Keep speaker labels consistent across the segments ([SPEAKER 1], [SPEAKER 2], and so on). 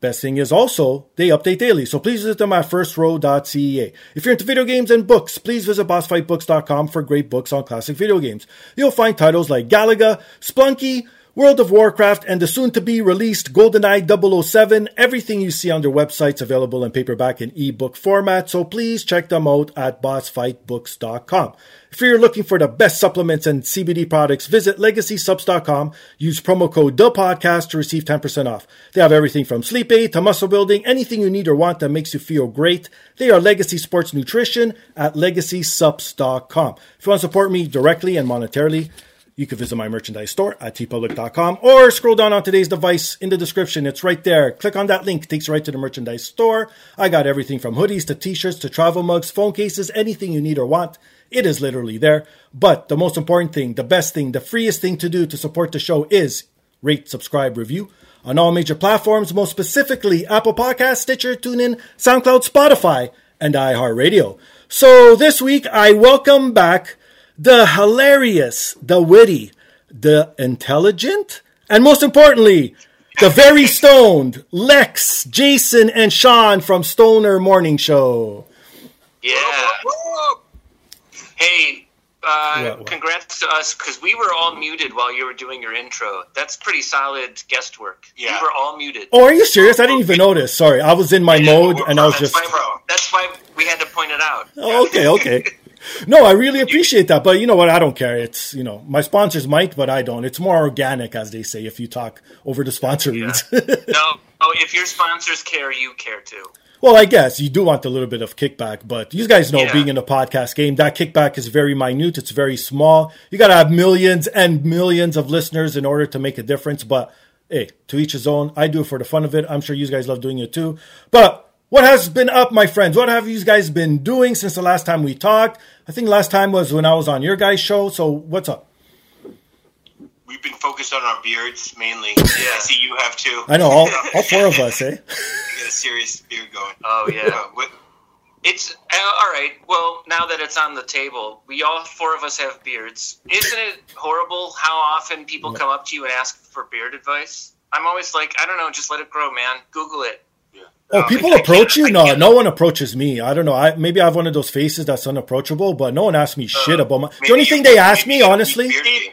[SPEAKER 1] Best thing is also, they update daily, so please visit them at firstrow.ca. E If you're into video games and books, please visit bossfightbooks.com for great books on classic video games. You'll find titles like Galaga, Splunky, World of Warcraft, and the soon to be released GoldenEye 007. Everything you see on their website's available in paperback and ebook format, so please check them out at bossfightbooks.com. If you're looking for the best supplements and CBD products, visit legacysubs.com. Use promo code the podcast to receive 10% off. They have everything from sleep aid to muscle building, anything you need or want that makes you feel great. They are Legacy Sports Nutrition at legacysubs.com. If you want to support me directly and monetarily, you can visit my merchandise store at tpublic.com or scroll down on today's device in the description. It's right there. Click on that link, takes you right to the merchandise store. I got everything from hoodies to t shirts to travel mugs, phone cases, anything you need or want. It is literally there. But the most important thing, the best thing, the freest thing to do to support the show is rate, subscribe, review on all major platforms, most specifically Apple Podcasts, Stitcher, TuneIn, SoundCloud, Spotify, and iHeartRadio. So this week, I welcome back the hilarious, the witty, the intelligent, and most importantly, the very stoned Lex, Jason, and Sean from Stoner Morning Show.
[SPEAKER 2] Yeah. Hey, uh,
[SPEAKER 1] What, what?
[SPEAKER 2] congrats to us because we were all muted while you were doing your intro. That's pretty solid guest work.
[SPEAKER 3] Yeah.
[SPEAKER 2] We were all muted.
[SPEAKER 1] Oh, are you serious? I didn't even notice. Sorry, I was in my mode and I was
[SPEAKER 2] that's
[SPEAKER 1] just.
[SPEAKER 2] why, that's why we had to point it out.
[SPEAKER 1] Oh, okay, okay. No, I really appreciate that, but you know what? I don't care. It's you know my sponsors might, but I don't. It's more organic, as they say, if you talk over the sponsor reads.
[SPEAKER 2] No, oh, if your sponsors care, you care too.
[SPEAKER 1] Well, I guess you do want a little bit of kickback, but you guys know
[SPEAKER 2] Yeah.
[SPEAKER 1] being in the podcast game, that kickback is very minute. It's very small. You got to have millions and millions of listeners in order to make a difference. But hey, to each his own. I do it for the fun of it. I'm sure you guys love doing it too. But what has been up, my friends? What have you guys been doing since the last time we talked? I think last time was when I was on your guys' show. So what's up?
[SPEAKER 3] We've been focused on our beards mainly. I see you have too.
[SPEAKER 1] I know all, all four of us, eh?
[SPEAKER 3] You got a serious beard going.
[SPEAKER 2] Oh, yeah.
[SPEAKER 3] Uh, what,
[SPEAKER 2] It's uh, all right. Well, now that it's on the table, we all four of us have beards. Isn't it horrible how often people come up to you and ask for beard advice? I'm always like, I don't know, just let it grow, man. Google it.
[SPEAKER 1] Oh,
[SPEAKER 2] Um,
[SPEAKER 1] people
[SPEAKER 2] I- I
[SPEAKER 1] approach you?
[SPEAKER 2] can't- I
[SPEAKER 1] No,
[SPEAKER 2] can't-
[SPEAKER 1] no one approaches me. I don't know. I maybe I have one of those faces that's unapproachable, but no one asks me shit about my. The
[SPEAKER 3] maybe
[SPEAKER 1] only
[SPEAKER 3] you-
[SPEAKER 1] thing they ask me,
[SPEAKER 3] maybe you-
[SPEAKER 1] honestly.
[SPEAKER 3] beard
[SPEAKER 4] Steve,
[SPEAKER 3] game.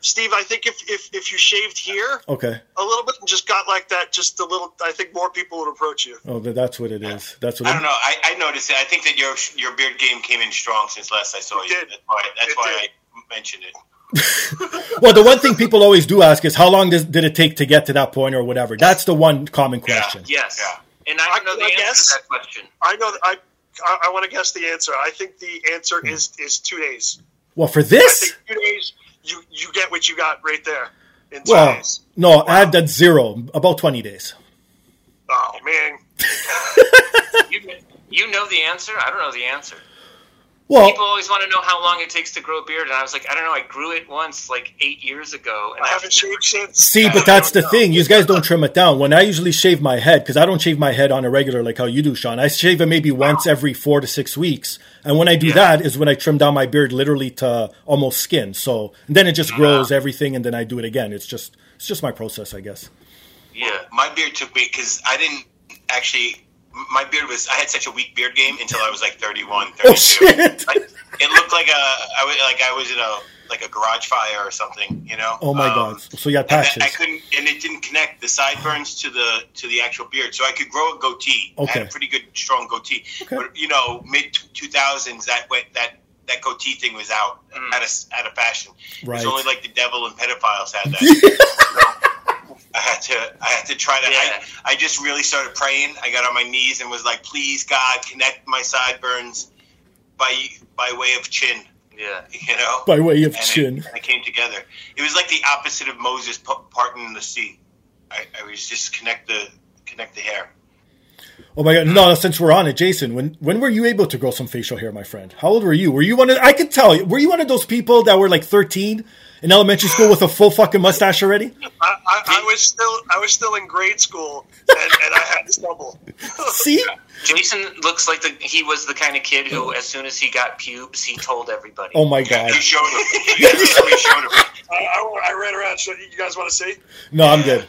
[SPEAKER 4] Steve, I think if, if if you shaved here
[SPEAKER 1] Okay.
[SPEAKER 4] a little bit and just got like that, just a little, I think more people would approach you.
[SPEAKER 1] Oh, th- that's what it is. That's what.
[SPEAKER 3] I
[SPEAKER 1] It,
[SPEAKER 3] don't know. I, I noticed it. I think that your your beard game came in strong since last I saw
[SPEAKER 4] It
[SPEAKER 3] you.
[SPEAKER 4] did.
[SPEAKER 3] That's why, that's
[SPEAKER 4] It
[SPEAKER 3] why
[SPEAKER 4] did.
[SPEAKER 3] I mentioned it.
[SPEAKER 1] Well, the one thing people always do ask is how long does, did it take to get to that point or whatever. That's the one common question.
[SPEAKER 2] Yes.
[SPEAKER 3] Yeah.
[SPEAKER 2] And I don't know the
[SPEAKER 4] I
[SPEAKER 2] answer
[SPEAKER 4] guess.
[SPEAKER 2] to that question.
[SPEAKER 4] I know. That I I, I want to guess the answer. I think the answer is is two days.
[SPEAKER 1] Well, for
[SPEAKER 4] I
[SPEAKER 1] this,
[SPEAKER 4] think two days. You you get what you got right there in two
[SPEAKER 1] well,
[SPEAKER 4] days.
[SPEAKER 1] no, add that zero, about twenty days.
[SPEAKER 4] Oh man,
[SPEAKER 2] You, you know the answer. I don't know the answer.
[SPEAKER 1] Well,
[SPEAKER 2] People always want to know how long it takes to grow a beard, and I was like, I don't know. I grew it once, like eight years ago, and
[SPEAKER 4] I haven't shaved since.
[SPEAKER 1] See, but that's the
[SPEAKER 4] No.
[SPEAKER 1] thing. You guys don't trim it down. When I usually shave my head, because I don't shave my head on a regular like how you do, Sean. I shave it maybe once every four to six weeks, and when I do that is when I trim down my beard literally to almost skin. So and then it just grows everything, and then I do it again. It's just it's just my process, I guess.
[SPEAKER 2] Yeah.
[SPEAKER 3] My beard took me because I didn't actually. My beard was. I had such a weak beard game until I was like 31, 32.
[SPEAKER 1] Oh shit!
[SPEAKER 3] Like, it looked like a. I was like I was in a like a garage fire or something. You know.
[SPEAKER 1] Oh my
[SPEAKER 3] Um,
[SPEAKER 1] god! So you had
[SPEAKER 3] And that-
[SPEAKER 1] patches.
[SPEAKER 3] I couldn't, and it didn't connect the sideburns to the to the actual beard. So I could grow a goatee. I had
[SPEAKER 1] Okay.
[SPEAKER 3] a pretty good, strong goatee.
[SPEAKER 1] Okay.
[SPEAKER 3] But you know, mid two thousands, that went that that goatee thing was out
[SPEAKER 2] Mm.
[SPEAKER 3] out of out of fashion.
[SPEAKER 1] Right.
[SPEAKER 3] It was only like the devil and pedophiles had that. So I had to I had to try to.
[SPEAKER 2] Yeah.
[SPEAKER 3] I, I just really started praying. I got on my knees and was like, please God, connect my sideburns by by way of chin.
[SPEAKER 2] Yeah.
[SPEAKER 3] You know
[SPEAKER 1] By way of
[SPEAKER 3] and
[SPEAKER 1] chin.
[SPEAKER 3] It, and it came together. It was like the opposite of Moses p- parting the sea. I, I was just connect the connect the hair.
[SPEAKER 1] Oh my god! No, since we're on it, Jason, when when were you able to grow some facial hair, my friend? How old were you? Were you one of I could tell you. Were you one of those people that were like thirteen in elementary school with a full fucking mustache already?
[SPEAKER 4] I, I, I was still I was still in grade school and, and I had this double.
[SPEAKER 1] See,
[SPEAKER 2] Jason looks like the he was the kind of kid who, as soon as he got pubes, he told everybody.
[SPEAKER 1] oh my god!
[SPEAKER 3] You showed him. You really showed him.
[SPEAKER 4] I, I, I ran around. So you guys want to see?
[SPEAKER 1] No, I'm good.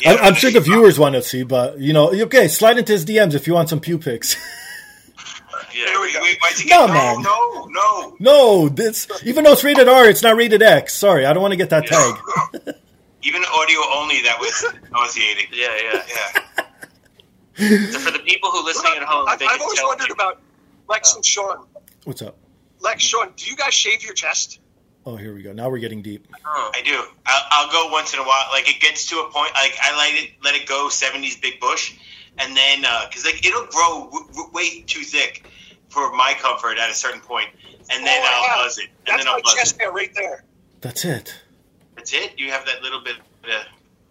[SPEAKER 3] Yeah,
[SPEAKER 1] I, I'm sure the viewers want to see, but you know, okay, slide into his DMs if you want some pew pics.
[SPEAKER 4] Here we
[SPEAKER 3] Wait,
[SPEAKER 4] go.
[SPEAKER 3] wait, why'd you
[SPEAKER 1] No,
[SPEAKER 3] get- no,
[SPEAKER 1] man.
[SPEAKER 3] no, no,
[SPEAKER 1] no, this even though it's rated R, it's not rated X. Sorry, I don't want to get that tag.
[SPEAKER 3] Even audio only, that was nauseating.
[SPEAKER 2] Yeah, yeah.
[SPEAKER 3] Yeah.
[SPEAKER 2] So for the people who listening at home,
[SPEAKER 4] I,
[SPEAKER 2] they
[SPEAKER 4] I've
[SPEAKER 2] can
[SPEAKER 4] always
[SPEAKER 2] tell
[SPEAKER 4] wondered
[SPEAKER 2] you-
[SPEAKER 4] about Lex and Sean.
[SPEAKER 1] What's up?
[SPEAKER 4] Lex, Sean, do you guys shave your chest?
[SPEAKER 1] Oh, here we go. Now we're getting deep.
[SPEAKER 2] Oh.
[SPEAKER 3] I do. I'll, I'll go once in a while. Like it gets to a point. Like I let it let it go. '70s big bush, and then because like it'll grow w- w- way too thick for my comfort at a certain point, and then
[SPEAKER 4] Oh, I have.
[SPEAKER 3] I'll buzz it, and
[SPEAKER 4] That's
[SPEAKER 3] then I'll
[SPEAKER 4] my
[SPEAKER 3] buzz
[SPEAKER 4] chest
[SPEAKER 3] it.
[SPEAKER 4] hair right there.
[SPEAKER 1] That's it.
[SPEAKER 3] That's it. You have that little bit. Of,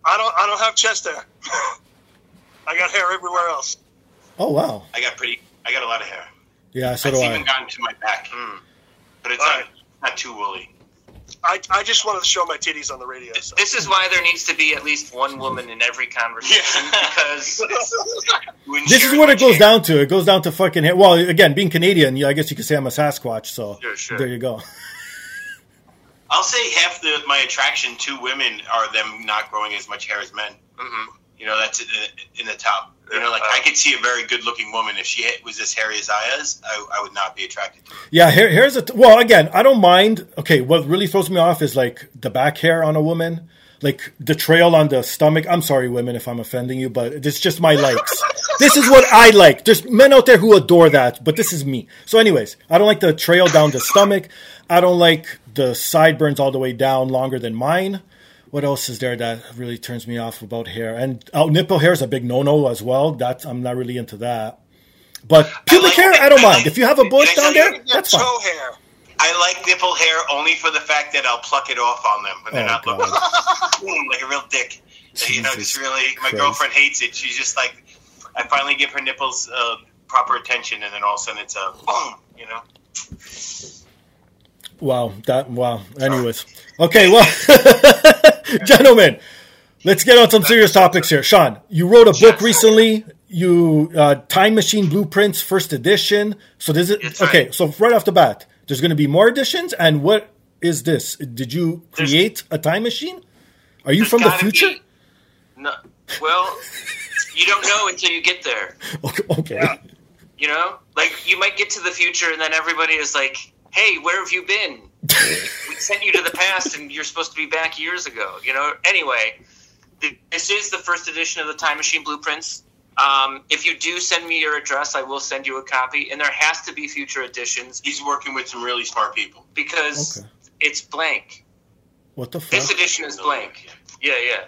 [SPEAKER 4] I don't I don't have chest hair. I got hair everywhere else.
[SPEAKER 1] Oh wow.
[SPEAKER 3] I got pretty. I got a lot of hair.
[SPEAKER 1] Yeah, so do
[SPEAKER 3] it's
[SPEAKER 1] I.
[SPEAKER 3] even gotten to my back,
[SPEAKER 2] Mm.
[SPEAKER 3] but it's
[SPEAKER 4] All
[SPEAKER 3] not, not too woolly.
[SPEAKER 4] I, I just wanted to show my titties on the radio. So.
[SPEAKER 2] This is why there needs to be at least one woman in every conversation
[SPEAKER 3] Yeah.
[SPEAKER 2] because
[SPEAKER 3] You
[SPEAKER 1] This is
[SPEAKER 3] ensure
[SPEAKER 1] what it
[SPEAKER 3] that you
[SPEAKER 1] goes
[SPEAKER 3] get-
[SPEAKER 1] down to. It goes down to fucking hair. Well, again, being Canadian, yeah, I guess you could say I'm a Sasquatch. So
[SPEAKER 2] Sure, sure.
[SPEAKER 1] there you go.
[SPEAKER 3] I'll say half the my attraction to women are them not growing as much hair as men.
[SPEAKER 2] Mhm.
[SPEAKER 3] You know, that's in the, in the top. You know, like I could see a very good-looking woman if she had- was as hairy as I is, I, I would not be attracted to her.
[SPEAKER 1] Yeah, here, here's a t- well. Again, I don't mind. Okay, what really throws me off is like the back hair on a woman, like the trail on the stomach. I'm sorry, women, if I'm offending you, but it's just my likes. this is what I like. There's men out there who adore that, but this is me. So, anyways, I don't like the trail down the stomach. I don't like the sideburns all the way down longer than mine. What else is there that really turns me off about hair? And out nipple hair is a big no-no as well. That's I'm not really into that. But pubic
[SPEAKER 3] like-
[SPEAKER 1] hair, I don't
[SPEAKER 3] I
[SPEAKER 1] mind.
[SPEAKER 3] like-
[SPEAKER 1] If you have a bush
[SPEAKER 3] Can I
[SPEAKER 1] down
[SPEAKER 3] tell you
[SPEAKER 1] there, that's fine.
[SPEAKER 4] toe hair.
[SPEAKER 3] I like nipple hair only for the fact that I'll pluck it off on them when they're
[SPEAKER 1] Oh,
[SPEAKER 3] not
[SPEAKER 1] God.
[SPEAKER 3] looking. Boom, like a real dick. you know,
[SPEAKER 1] Jesus
[SPEAKER 3] just really. My
[SPEAKER 1] Christ.
[SPEAKER 3] girlfriend hates it. She's just like, I finally give her nipples uh, proper attention, and then all of a sudden it's a boom. You know.
[SPEAKER 1] Wow, that wow. Anyways, okay, well, gentlemen, let's get on some serious topics here. Sean, you wrote a book recently. You uh, Time Machine Blueprints, first edition. So this is
[SPEAKER 2] It's
[SPEAKER 1] okay.
[SPEAKER 2] right.
[SPEAKER 1] So right off the bat, there's going to be more editions. And what is this? Did you create a time machine? Are you from the
[SPEAKER 3] gotta
[SPEAKER 1] future?
[SPEAKER 3] be-
[SPEAKER 2] no, well, you don't know until you get there.
[SPEAKER 1] Okay. okay.
[SPEAKER 2] You know, like you might get to the future and then everybody is like, "Hey, where have you been? we sent you to the past and you're supposed to be back years ago." You know. Anyway, th- this is the first edition of the Time Machine Blueprints. Um, if you do send me your address, I will send you a copy, and there has to be future editions
[SPEAKER 3] He's working with some really smart people.
[SPEAKER 2] because
[SPEAKER 1] Okay.
[SPEAKER 2] it's blank.
[SPEAKER 1] What the fuck?
[SPEAKER 2] This edition is blank. Yeah, yeah.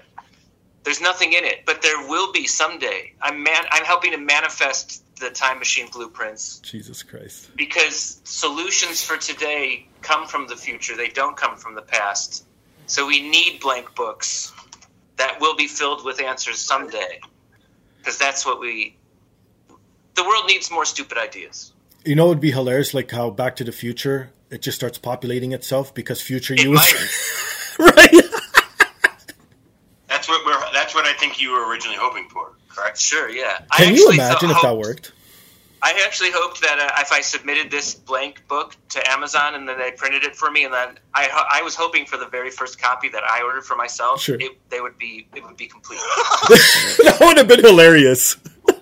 [SPEAKER 2] There's nothing in it, but there will be someday. I'm man. I'm helping to manifest the time machine blueprints
[SPEAKER 1] Jesus Christ.
[SPEAKER 2] because solutions for today come from the future. They don't come from the past. So we need blank books that will be filled with answers someday, because that's what we. The world needs more stupid ideas.
[SPEAKER 1] You know, it would be hilarious, like how Back to the Future, it just starts populating itself because future
[SPEAKER 2] It
[SPEAKER 1] you is.
[SPEAKER 2] might.
[SPEAKER 1] right?
[SPEAKER 3] That's what we're. That's what I think you were originally hoping for. Correct.
[SPEAKER 2] Sure, yeah. I
[SPEAKER 1] Can you
[SPEAKER 2] actually
[SPEAKER 1] imagine
[SPEAKER 2] thought-
[SPEAKER 1] if that
[SPEAKER 2] hoped-
[SPEAKER 1] worked?
[SPEAKER 2] I actually hoped that uh, if I submitted this blank book to Amazon and then they printed it for me, and then I ho- I was hoping for the very first copy that I ordered for myself,
[SPEAKER 1] Sure.
[SPEAKER 2] it, they would be it would be complete,
[SPEAKER 1] that would have been hilarious.
[SPEAKER 2] and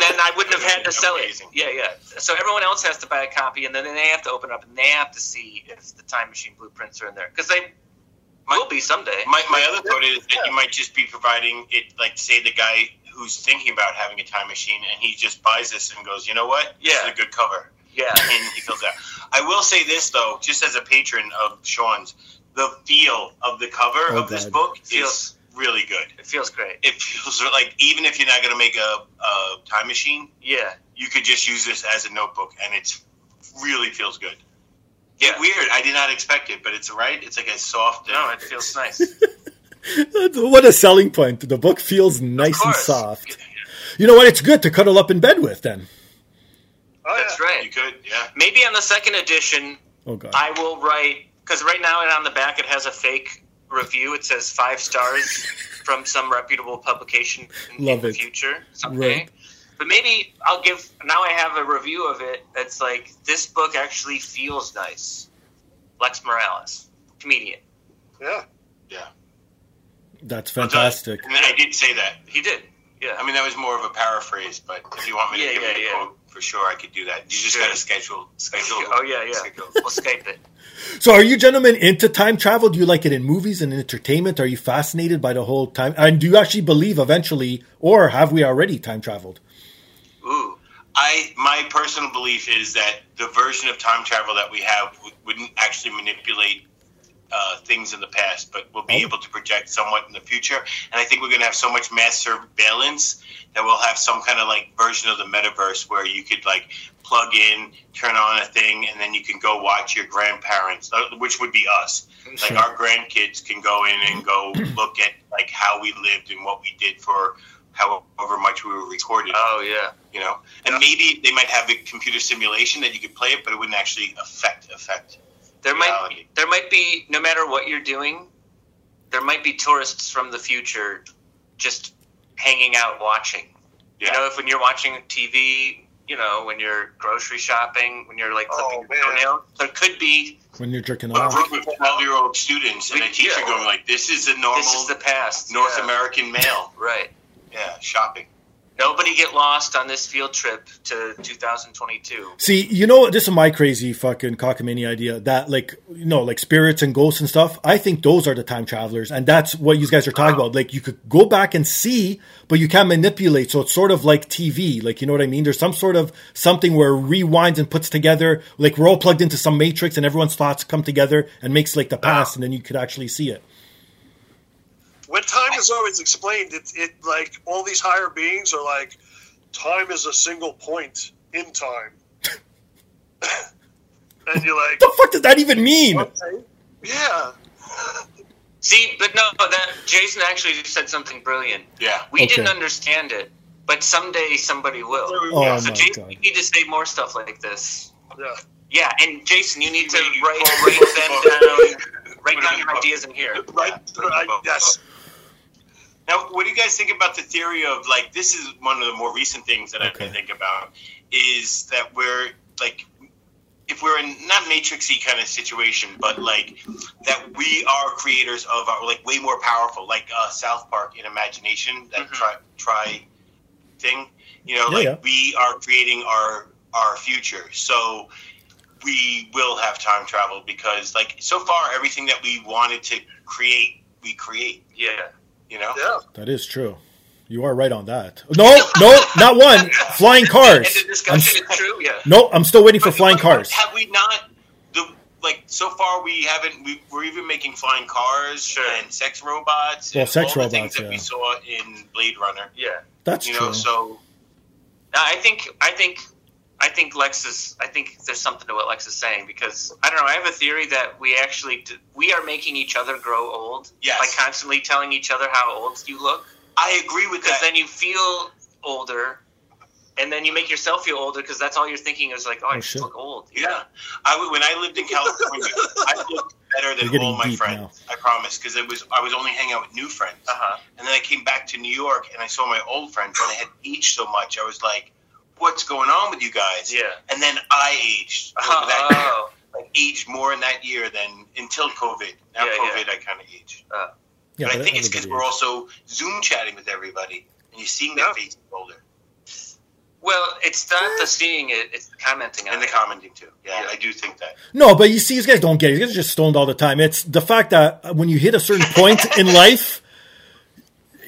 [SPEAKER 2] then I wouldn't have had to sell it.
[SPEAKER 3] Amazing.
[SPEAKER 2] Yeah, yeah. So everyone else has to buy a copy, and then they have to open up and they have to see if the time machine blueprints are in there because they will be someday.
[SPEAKER 3] My, my other thought is that you might just be providing it, like say the guy who's thinking about having a time machine, and he just buys this and goes, you know what? This
[SPEAKER 2] Yeah.
[SPEAKER 3] is a good cover.
[SPEAKER 2] yeah,
[SPEAKER 3] and he fills out. I will say this though, just as a patron of Sean's, the feel of the cover
[SPEAKER 1] Oh,
[SPEAKER 3] of this
[SPEAKER 1] God.
[SPEAKER 3] book
[SPEAKER 2] Feels-
[SPEAKER 3] feels really good.
[SPEAKER 2] it feels great.
[SPEAKER 3] It feels like even if you're not going to make a, a time machine,
[SPEAKER 2] Yeah,
[SPEAKER 3] you could just use this as a notebook, and it's really feels good. Yeah,
[SPEAKER 2] yeah.
[SPEAKER 3] weird. I did not expect it, but it's right. It's like a soft.
[SPEAKER 2] No, it feels nice.
[SPEAKER 1] What a selling point. The book feels nice and
[SPEAKER 2] course.
[SPEAKER 1] soft. You know what? It's good to cuddle up in bed with then.
[SPEAKER 4] Oh,
[SPEAKER 2] That's
[SPEAKER 4] yeah.
[SPEAKER 3] You
[SPEAKER 2] right.
[SPEAKER 3] could, yeah.
[SPEAKER 2] Maybe on the second edition,
[SPEAKER 1] Oh, God.
[SPEAKER 2] I will write because right now and on the back it has a fake review. It says five stars from some reputable publication in
[SPEAKER 1] Love
[SPEAKER 2] the
[SPEAKER 1] it.
[SPEAKER 2] future someday.
[SPEAKER 1] Right.
[SPEAKER 2] But maybe I'll give now I have a review of it that's like this book actually feels nice. Lex Morales, comedian.
[SPEAKER 4] Yeah.
[SPEAKER 3] Yeah,
[SPEAKER 1] That's fantastic.
[SPEAKER 3] And I did say that.
[SPEAKER 2] He did. Yeah.
[SPEAKER 3] I mean, that was more of a paraphrase, but if you want me to
[SPEAKER 2] Yeah,
[SPEAKER 3] give
[SPEAKER 2] yeah,
[SPEAKER 3] you the
[SPEAKER 2] yeah.
[SPEAKER 3] quote, for sure I could do that. You just
[SPEAKER 2] Sure.
[SPEAKER 3] got to schedule, schedule.
[SPEAKER 2] oh yeah, yeah. we'll Skype it.
[SPEAKER 1] So, are you gentlemen into time travel? Do you like it in movies and entertainment? Are you fascinated by the whole time? And do you actually believe eventually, or have we already time traveled?
[SPEAKER 2] Ooh.
[SPEAKER 3] I my personal belief is that the version of time travel that we have w- wouldn't actually manipulate uh, things in the past, but we'll be
[SPEAKER 1] Oh.
[SPEAKER 3] able to project somewhat in the future. And I think we're going to have so much mass surveillance that we'll have some kind of like version of the metaverse where you could like plug in, turn on a thing, and then you can go watch your grandparents, uh, which would be us. Like
[SPEAKER 1] Sure.
[SPEAKER 3] our grandkids can go in and go look at like how we lived and what we did for however much we were recorded
[SPEAKER 2] Oh yeah.
[SPEAKER 3] you know and maybe they might have a computer simulation that you could play it but it wouldn't actually affect affect
[SPEAKER 2] There might
[SPEAKER 3] Reality.
[SPEAKER 2] there might be no matter what you're doing, there might be tourists from the future just hanging out watching.
[SPEAKER 3] yeah
[SPEAKER 2] You know, if when you're watching TV, you know, when you're grocery shopping, when you're like clipping
[SPEAKER 4] Oh,
[SPEAKER 2] your
[SPEAKER 4] man.
[SPEAKER 2] toenail, there could be
[SPEAKER 1] When you're jerking
[SPEAKER 3] but
[SPEAKER 1] off?
[SPEAKER 3] work with 12 year old students and a
[SPEAKER 2] Yeah.
[SPEAKER 3] teacher going like this is a normal
[SPEAKER 2] this is the past.
[SPEAKER 3] north
[SPEAKER 2] Yeah.
[SPEAKER 3] american male
[SPEAKER 2] Right.
[SPEAKER 3] yeah shopping
[SPEAKER 2] Nobody get lost on this field trip to 2022.
[SPEAKER 1] See, you know, this is my crazy fucking cockamamie idea that, like, you know, like spirits and ghosts and stuff. I think those are the time travelers, and that's what you guys are talking about. Like, you could go back and see, but you can't manipulate. So it's sort of like TV. Like, you know what I mean? There's some sort of something where it rewinds and puts together. Like, we're all plugged into some matrix, and everyone's thoughts come together and makes like the past, and then you could actually see it.
[SPEAKER 4] When time is always explained, it, it like all these higher beings are like, time is a single point in time. and you're like,
[SPEAKER 1] The fuck does that even mean?
[SPEAKER 4] okay. Yeah.
[SPEAKER 2] See, but no, that Jason actually said something brilliant.
[SPEAKER 3] yeah
[SPEAKER 2] We
[SPEAKER 1] Okay.
[SPEAKER 2] didn't understand it, but someday somebody will.
[SPEAKER 1] Oh
[SPEAKER 3] yeah,
[SPEAKER 1] my
[SPEAKER 2] Jason,
[SPEAKER 1] god!
[SPEAKER 2] you need to say more stuff like this.
[SPEAKER 4] Yeah.
[SPEAKER 2] Yeah, and Jason, you need to
[SPEAKER 3] You- you
[SPEAKER 2] write,
[SPEAKER 3] call-
[SPEAKER 2] write them down. Write
[SPEAKER 3] Put it
[SPEAKER 2] down
[SPEAKER 3] in
[SPEAKER 2] your
[SPEAKER 3] the book.
[SPEAKER 2] ideas in here.
[SPEAKER 4] Right. right. Yes.
[SPEAKER 3] Now, what do you guys think about the theory of like this is one of the more recent things that I
[SPEAKER 1] Okay.
[SPEAKER 3] can think about is that we're like if we're in not matrixy kind of situation, but like that we are creators of our like way more powerful, like uh, South Park in imagination that
[SPEAKER 2] Mhm.
[SPEAKER 3] try try thing. You know,
[SPEAKER 1] Mm-hmm. Yeah,
[SPEAKER 3] like
[SPEAKER 1] yeah.
[SPEAKER 3] we are creating our our future. So we will have time travel because like so far everything that we wanted to create, we create,
[SPEAKER 2] Yeah.
[SPEAKER 3] you know?
[SPEAKER 4] Yeah.
[SPEAKER 1] That is true. You are right on that. No, no, not one. Flying
[SPEAKER 2] And
[SPEAKER 1] cars.
[SPEAKER 2] the
[SPEAKER 1] I'm
[SPEAKER 2] discussion is true. Yeah.
[SPEAKER 1] No, I'm still waiting for
[SPEAKER 3] But-
[SPEAKER 1] flying
[SPEAKER 3] but
[SPEAKER 1] cars.
[SPEAKER 3] Have we not the like so far we haven't we, we're even making flying cars
[SPEAKER 2] Sure.
[SPEAKER 3] and sex robots
[SPEAKER 1] Well,
[SPEAKER 3] and
[SPEAKER 1] sex
[SPEAKER 3] all the things
[SPEAKER 1] robots,
[SPEAKER 3] that
[SPEAKER 1] yeah.
[SPEAKER 3] we saw in Blade Runner.
[SPEAKER 2] Yeah.
[SPEAKER 1] That's
[SPEAKER 3] you
[SPEAKER 1] true.
[SPEAKER 3] know, so
[SPEAKER 2] No, I think I think I think Lex is. I think there's something to what Lex is saying because I don't know. I have a theory that we actually d- we are making each other grow old
[SPEAKER 3] Yes.
[SPEAKER 2] by constantly telling each other how old you look
[SPEAKER 3] I agree with
[SPEAKER 2] because
[SPEAKER 3] that.
[SPEAKER 2] then you feel older, and then you make yourself feel older because that's all you're thinking is like, oh,
[SPEAKER 1] Oh,
[SPEAKER 2] I just
[SPEAKER 1] shit.
[SPEAKER 2] look old.
[SPEAKER 3] yeah, I would- when I lived in California, I looked better
[SPEAKER 1] We're
[SPEAKER 3] than
[SPEAKER 1] getting
[SPEAKER 3] all my
[SPEAKER 1] deep
[SPEAKER 3] friends. I promise, because it was I was only hanging out with new friends,
[SPEAKER 2] Uh huh.
[SPEAKER 3] and then I came back to New York and I saw my old friends, and I had aged so much. I was like, "What's going on with you guys?"
[SPEAKER 2] Yeah.
[SPEAKER 3] And then I aged over that year.
[SPEAKER 2] Oh,
[SPEAKER 3] like aged more in that year than until COVID. Now
[SPEAKER 2] Yeah, yeah.
[SPEAKER 3] COVID, I kind of aged.
[SPEAKER 1] yeah,
[SPEAKER 3] but I think
[SPEAKER 1] everybody
[SPEAKER 3] it's because we're
[SPEAKER 1] is.
[SPEAKER 3] also Zoom chatting with everybody, and you're seeing
[SPEAKER 4] Yeah.
[SPEAKER 3] their faces older
[SPEAKER 2] well, it's not the seeing it; it's the commenting on
[SPEAKER 3] and the
[SPEAKER 2] it.
[SPEAKER 3] commenting too. Yeah,
[SPEAKER 2] Yeah.
[SPEAKER 3] I do think that.
[SPEAKER 1] No, but you see, these guys don't get it. You guys are just stoned all the time. It's the fact that when you hit a certain point in life,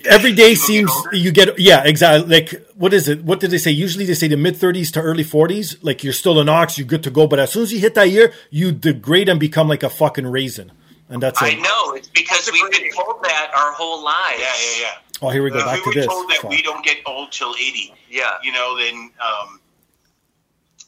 [SPEAKER 1] every day
[SPEAKER 3] People get
[SPEAKER 1] seems
[SPEAKER 3] older.
[SPEAKER 1] you get yeah exactly like what is it? What did they say? Usually they say the mid thirties to early forties, like you're still an ox, you're good to go. But as soon as you hit that year, you degrade and become like a fucking raisin, and that's
[SPEAKER 2] I
[SPEAKER 1] it.
[SPEAKER 2] know it's because
[SPEAKER 4] That's
[SPEAKER 2] we've been
[SPEAKER 4] great.
[SPEAKER 2] told that our whole lives.
[SPEAKER 3] Yeah, yeah, yeah.
[SPEAKER 1] Oh, here we go
[SPEAKER 3] If
[SPEAKER 1] back to
[SPEAKER 3] Uh, we were
[SPEAKER 1] this.
[SPEAKER 3] told that
[SPEAKER 1] Fuck.
[SPEAKER 3] we don't get old till eighty,
[SPEAKER 2] yeah.
[SPEAKER 3] you know, then um,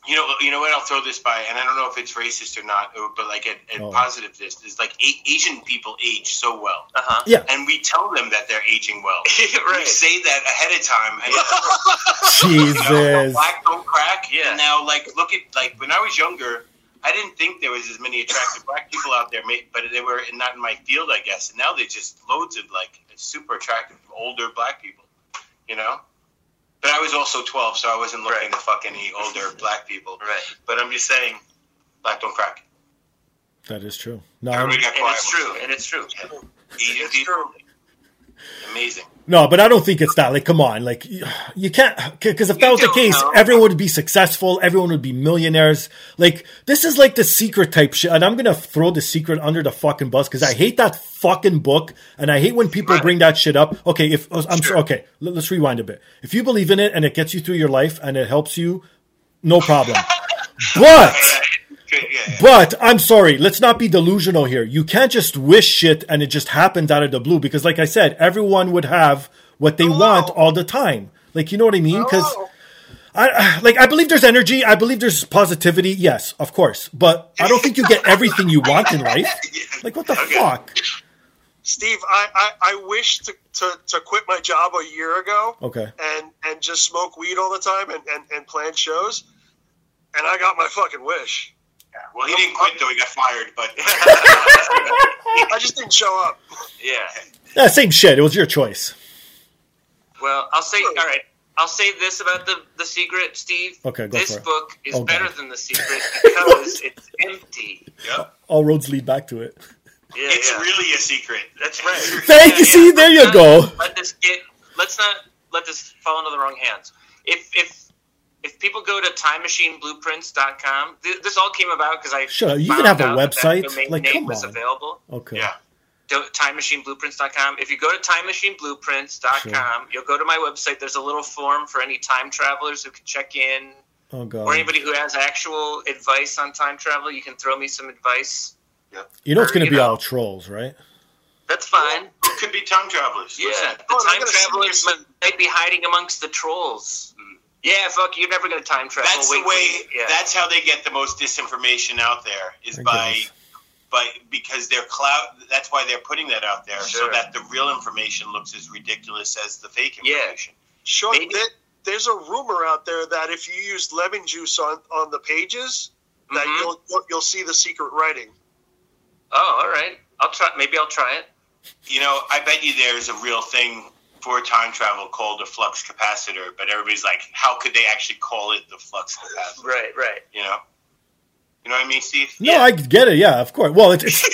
[SPEAKER 3] you know, you know what? I'll throw this by, and I don't know if it's racist or not, or- but like a, a
[SPEAKER 1] Oh.
[SPEAKER 3] positive this is like a- Asian people age so well,
[SPEAKER 2] Uh huh.
[SPEAKER 1] Yeah,
[SPEAKER 3] and we tell them that they're aging well. We
[SPEAKER 2] right.
[SPEAKER 3] say that ahead of time, and it's
[SPEAKER 1] Jesus.
[SPEAKER 3] black don't crack.
[SPEAKER 2] Yeah.
[SPEAKER 3] And now, like, look at like when I was younger, I didn't think there was as many attractive black people out there, ma- but they were not in my field, I guess. And now there's just loads of like super attractive older black people, you know. But I was also 12, so I wasn't looking
[SPEAKER 2] Right.
[SPEAKER 3] to fuck any older black people.
[SPEAKER 2] Right.
[SPEAKER 3] But I'm just saying, black don't crack.
[SPEAKER 1] That is true. No, I'm-
[SPEAKER 3] Everybody got
[SPEAKER 2] And
[SPEAKER 3] quiet.
[SPEAKER 2] it's true. And it's true.
[SPEAKER 3] Asian
[SPEAKER 2] It's
[SPEAKER 3] people, amazing.
[SPEAKER 1] No, but I don't think it's that. Like, come on, like you you can't because if that
[SPEAKER 2] You
[SPEAKER 1] was the
[SPEAKER 2] don't
[SPEAKER 1] case,
[SPEAKER 2] know.
[SPEAKER 1] everyone would be successful. Everyone would be millionaires. Like this is like the secret type shit, and I'm gonna throw the secret under the fucking bus because I hate that fucking book, and I hate when people
[SPEAKER 2] Right.
[SPEAKER 1] bring that shit up. Okay, if oh, I'm so okay, let- let's rewind a bit. If you believe in it and it gets you through your life and it helps you, no problem. but
[SPEAKER 3] Good, yeah, yeah.
[SPEAKER 1] but I'm sorry, let's not be delusional here. You can't just wish shit and it just happens out of the blue because, like I said, everyone would have what they want all the time. Like, you know what I mean? Because,
[SPEAKER 4] Oh,
[SPEAKER 1] like, I believe there's energy, I believe there's positivity. Yes, of course. But I don't think you get everything you want in life. Like, what the fuck?
[SPEAKER 4] Steve, I, I, I wish to, to, to quit my job a year ago
[SPEAKER 1] Okay.
[SPEAKER 4] and, and just smoke weed all the time and, and, and plan shows. And I got my fucking wish.
[SPEAKER 3] Well, he didn't quit though; he got fired. But
[SPEAKER 4] I just didn't show up.
[SPEAKER 2] Yeah.
[SPEAKER 1] Yeah, same shit. It was your choice.
[SPEAKER 2] Well, I'll say all
[SPEAKER 4] Sure.
[SPEAKER 2] right. I'll say this about the the secret, Steve.
[SPEAKER 1] Okay, go
[SPEAKER 2] this
[SPEAKER 1] for it.
[SPEAKER 2] book is
[SPEAKER 1] Oh, God.
[SPEAKER 2] better than the secret because it's empty.
[SPEAKER 3] yeah.
[SPEAKER 1] All roads lead back to it.
[SPEAKER 2] Yeah,
[SPEAKER 3] it's
[SPEAKER 2] yeah.
[SPEAKER 3] really a secret.
[SPEAKER 2] That's right.
[SPEAKER 1] Thank
[SPEAKER 2] Yeah,
[SPEAKER 1] you.
[SPEAKER 2] yeah.
[SPEAKER 1] See, there you
[SPEAKER 2] Let's
[SPEAKER 1] go.
[SPEAKER 2] not- Let this get. Let's not let this fall into the wrong hands. If if if people go to timemachineblueprints.com, th- this all came about because I
[SPEAKER 1] Sure, you can
[SPEAKER 2] found
[SPEAKER 1] have a
[SPEAKER 2] out that that
[SPEAKER 1] website.
[SPEAKER 2] domain
[SPEAKER 1] Like,
[SPEAKER 2] name
[SPEAKER 1] come
[SPEAKER 2] was
[SPEAKER 1] on.
[SPEAKER 2] available.
[SPEAKER 1] Okay.
[SPEAKER 3] Yeah.
[SPEAKER 2] do- timemachineblueprints.com. If you go to timemachineblueprints.com,
[SPEAKER 1] Sure.
[SPEAKER 2] you'll go to my website. There's a little form for any time travelers who can check in
[SPEAKER 1] Oh,
[SPEAKER 2] or
[SPEAKER 1] God.
[SPEAKER 2] anybody who has actual advice on time travel. You can throw me some advice.
[SPEAKER 1] You know it's going to
[SPEAKER 2] you
[SPEAKER 1] be
[SPEAKER 2] know.
[SPEAKER 1] all trolls, right?
[SPEAKER 2] That's fine.
[SPEAKER 3] It could be time travelers.
[SPEAKER 2] Yeah,
[SPEAKER 3] Listen,
[SPEAKER 2] the
[SPEAKER 4] Oh, and I
[SPEAKER 2] time
[SPEAKER 4] gotta send you
[SPEAKER 2] travelers
[SPEAKER 4] some-
[SPEAKER 2] might be hiding amongst the trolls. Yeah, fuck, you're never gonna time travel.
[SPEAKER 3] that's
[SPEAKER 2] Wait,
[SPEAKER 3] the way.
[SPEAKER 2] wait, yeah.
[SPEAKER 3] That's how they get the most disinformation out there is
[SPEAKER 1] I
[SPEAKER 3] by
[SPEAKER 1] guess.
[SPEAKER 3] by because they're clout. That's why they're putting that out there
[SPEAKER 2] Sure.
[SPEAKER 3] so that the real information looks as ridiculous as the fake
[SPEAKER 2] Yeah.
[SPEAKER 3] information.
[SPEAKER 4] Sure,
[SPEAKER 2] Maybe-
[SPEAKER 4] there- there's a rumor out there that if you use lemon juice on, on the pages, that
[SPEAKER 2] Mhm.
[SPEAKER 4] you'll, you'll you'll see the secret writing.
[SPEAKER 2] Oh, all right. I'll try. Maybe I'll try it.
[SPEAKER 3] You know, I bet you there's a real thing for time travel called a flux capacitor, but everybody's like, how could they actually call it the flux capacitor?
[SPEAKER 2] Right, right.
[SPEAKER 3] You know, you know what I mean, Steve?
[SPEAKER 1] No, I get it. Yeah, of course. Well, it's, it's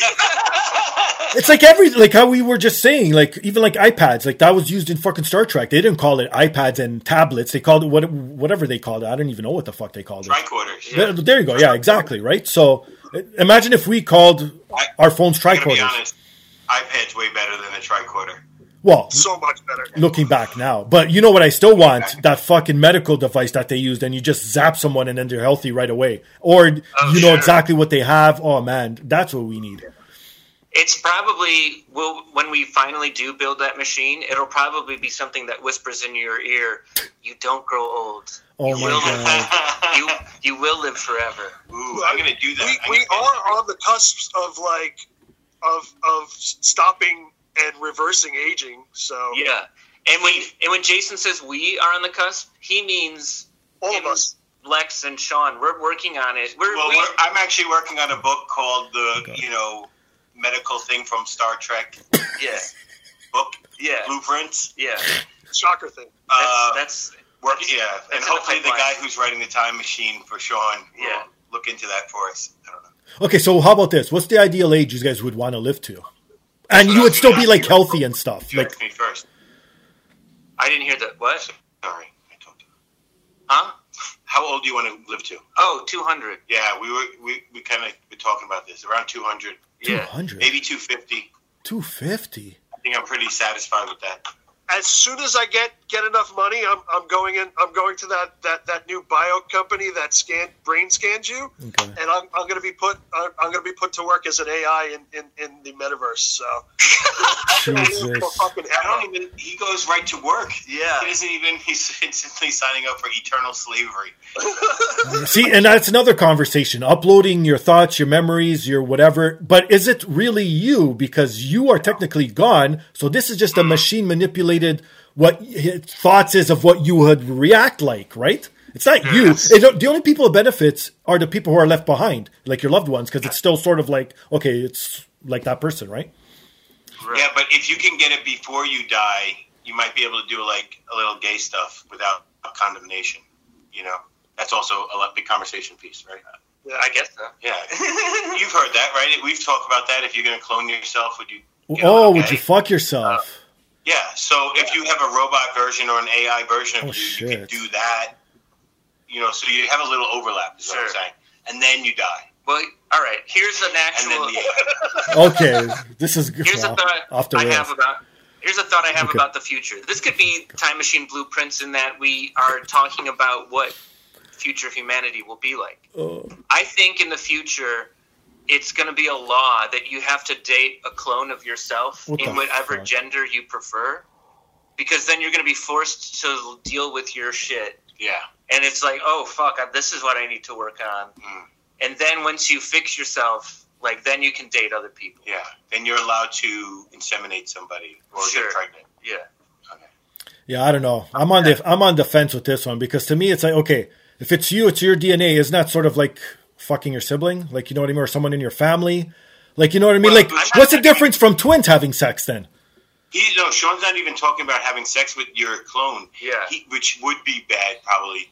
[SPEAKER 1] it's like every like how we were just saying, like even like iPads, like that was used in fucking Star Trek. They didn't call it iPads and tablets. They called it what whatever they called it. I don't even know what the fuck they called it.
[SPEAKER 3] Tricorders.
[SPEAKER 1] There, there you go. Yeah, exactly. Right. So i- imagine if we called
[SPEAKER 3] I-
[SPEAKER 1] our phones
[SPEAKER 3] I'm gonna be
[SPEAKER 1] tricorders.
[SPEAKER 3] honest. iPad's way better than a tricorder.
[SPEAKER 1] Well,
[SPEAKER 4] So much better.
[SPEAKER 1] looking back now. But you know what I still want? That fucking medical device that they used and you just zap someone and then they're healthy right away. Or
[SPEAKER 3] Oh,
[SPEAKER 1] you know
[SPEAKER 4] sure.
[SPEAKER 1] exactly what they have. Oh man, that's what we need.
[SPEAKER 2] It's probably will when we finally do build that machine, it'll probably be something that whispers in your ear, "You don't grow old.
[SPEAKER 1] Oh my
[SPEAKER 2] will.
[SPEAKER 1] god.
[SPEAKER 2] You you will live forever."
[SPEAKER 3] Ooh, I'm gonna do that.
[SPEAKER 4] We,
[SPEAKER 3] I'm
[SPEAKER 4] we
[SPEAKER 3] gonna-
[SPEAKER 4] are on the cusps of like of of stopping and reversing aging. So
[SPEAKER 2] Yeah. And when and when Jason says we are on the cusp, he means
[SPEAKER 4] all of
[SPEAKER 2] him,
[SPEAKER 4] us.
[SPEAKER 2] Lex and Sean. We're working on it. We're,
[SPEAKER 3] Well,
[SPEAKER 2] we, uh,
[SPEAKER 3] we're, I'm actually working on a book called the
[SPEAKER 1] Okay.
[SPEAKER 3] you know medical thing from Star Trek
[SPEAKER 2] yeah,
[SPEAKER 3] book
[SPEAKER 2] yeah,
[SPEAKER 3] blueprints.
[SPEAKER 2] yeah.
[SPEAKER 4] Shocker thing.
[SPEAKER 3] Uh,
[SPEAKER 2] That's, that's
[SPEAKER 3] work, yeah, and
[SPEAKER 2] in the
[SPEAKER 3] hopefully the guy
[SPEAKER 2] pipeline.
[SPEAKER 3] who's writing the time machine for Sean will
[SPEAKER 2] Yeah.
[SPEAKER 3] look into that for us. I don't know.
[SPEAKER 1] Okay, so how about this? What's the ideal age you guys would want to live to? And you would still be like healthy and stuff.
[SPEAKER 3] You
[SPEAKER 1] Like
[SPEAKER 3] asked me first.
[SPEAKER 2] I didn't hear that. What?
[SPEAKER 3] Sorry, I told you.
[SPEAKER 2] Huh?
[SPEAKER 3] How old do you want to live to?
[SPEAKER 2] Oh, 200.
[SPEAKER 3] Yeah, we were we, we kind of were talking about this around 200,
[SPEAKER 2] Yeah.
[SPEAKER 1] 200,
[SPEAKER 3] maybe 250.
[SPEAKER 1] 250.
[SPEAKER 3] I think I'm pretty satisfied with that.
[SPEAKER 4] As soon as I get get enough money, I'm, I'm going in. I'm going to that, that, that new bio company that scan brain scans you,
[SPEAKER 1] Okay.
[SPEAKER 4] and I'm, I'm going to be put I'm, I'm going to be put to work as an AI in, in, in the metaverse. So Well,
[SPEAKER 1] Jesus.
[SPEAKER 4] fucking
[SPEAKER 3] I
[SPEAKER 4] hell.
[SPEAKER 3] don't even. He goes right to work.
[SPEAKER 4] Yeah.
[SPEAKER 3] He isn't even. He's instantly signing up for eternal slavery.
[SPEAKER 1] See, and that's another conversation uploading your thoughts, your memories, your whatever. But is it really you? Because you are technically gone. So this is just a machine manipulated what y- thoughts is of what you would react like, right? It's not
[SPEAKER 3] Yes.
[SPEAKER 1] you. It, the only people it benefits are the people who are left behind, like your loved ones, because it's still sort of like, okay, it's like that person, right?
[SPEAKER 2] Right.
[SPEAKER 3] Yeah, but if you can get it before you die, you might be able to do like a little gay stuff without condemnation. You know, that's also a lot- big conversation piece, right?
[SPEAKER 4] Yeah.
[SPEAKER 2] I guess so.
[SPEAKER 3] Yeah, you've heard that, right? We've talked about that. If you're going to clone yourself, would you? you know,
[SPEAKER 1] oh,
[SPEAKER 3] okay?
[SPEAKER 1] would you fuck yourself?
[SPEAKER 3] Yeah. So if you have a robot version or an AI version of
[SPEAKER 1] Oh,
[SPEAKER 3] you, you can
[SPEAKER 1] shit.
[SPEAKER 3] do that. You know, so you have a little overlap. Is what I'm
[SPEAKER 2] Sure.
[SPEAKER 3] saying. And then you die.
[SPEAKER 2] Well, all right. Here's an
[SPEAKER 3] And
[SPEAKER 2] actual.
[SPEAKER 3] then the AI.
[SPEAKER 1] okay, this is
[SPEAKER 2] Here's
[SPEAKER 1] wow,
[SPEAKER 2] a thought
[SPEAKER 1] off the
[SPEAKER 2] I
[SPEAKER 1] rails.
[SPEAKER 2] have about. Here's a thought I have
[SPEAKER 1] Okay.
[SPEAKER 2] about the future. This could be time machine blueprints in that we are talking about what future humanity will be like.
[SPEAKER 1] Oh.
[SPEAKER 2] I think in the future, it's going to be a law that you have to date a clone of yourself
[SPEAKER 1] What the
[SPEAKER 2] in whatever
[SPEAKER 1] fuck?
[SPEAKER 2] gender you prefer, because then you're going to be forced to deal with your shit.
[SPEAKER 3] Yeah.
[SPEAKER 2] And it's like, oh fuck, I- this is what I need to work on.
[SPEAKER 1] Hmm.
[SPEAKER 3] Mm.
[SPEAKER 2] And then once you fix yourself, like then you can date other people.
[SPEAKER 3] Yeah. Then you're allowed to inseminate somebody or
[SPEAKER 2] Sure.
[SPEAKER 3] get pregnant.
[SPEAKER 2] Yeah.
[SPEAKER 1] Yeah, I don't know. I'm on the I'm on the fence with this one because to me it's like okay, if it's you, it's your DNA. Isn't that sort of like fucking your sibling? Like you know what I mean, or someone in your family? Like you know what I mean?
[SPEAKER 3] Well,
[SPEAKER 1] like
[SPEAKER 3] I'm not-
[SPEAKER 1] what's the difference from twins having sex then?
[SPEAKER 3] He, no, Sean's not even talking about having sex with your clone.
[SPEAKER 2] Yeah.
[SPEAKER 3] He, which would be bad, probably.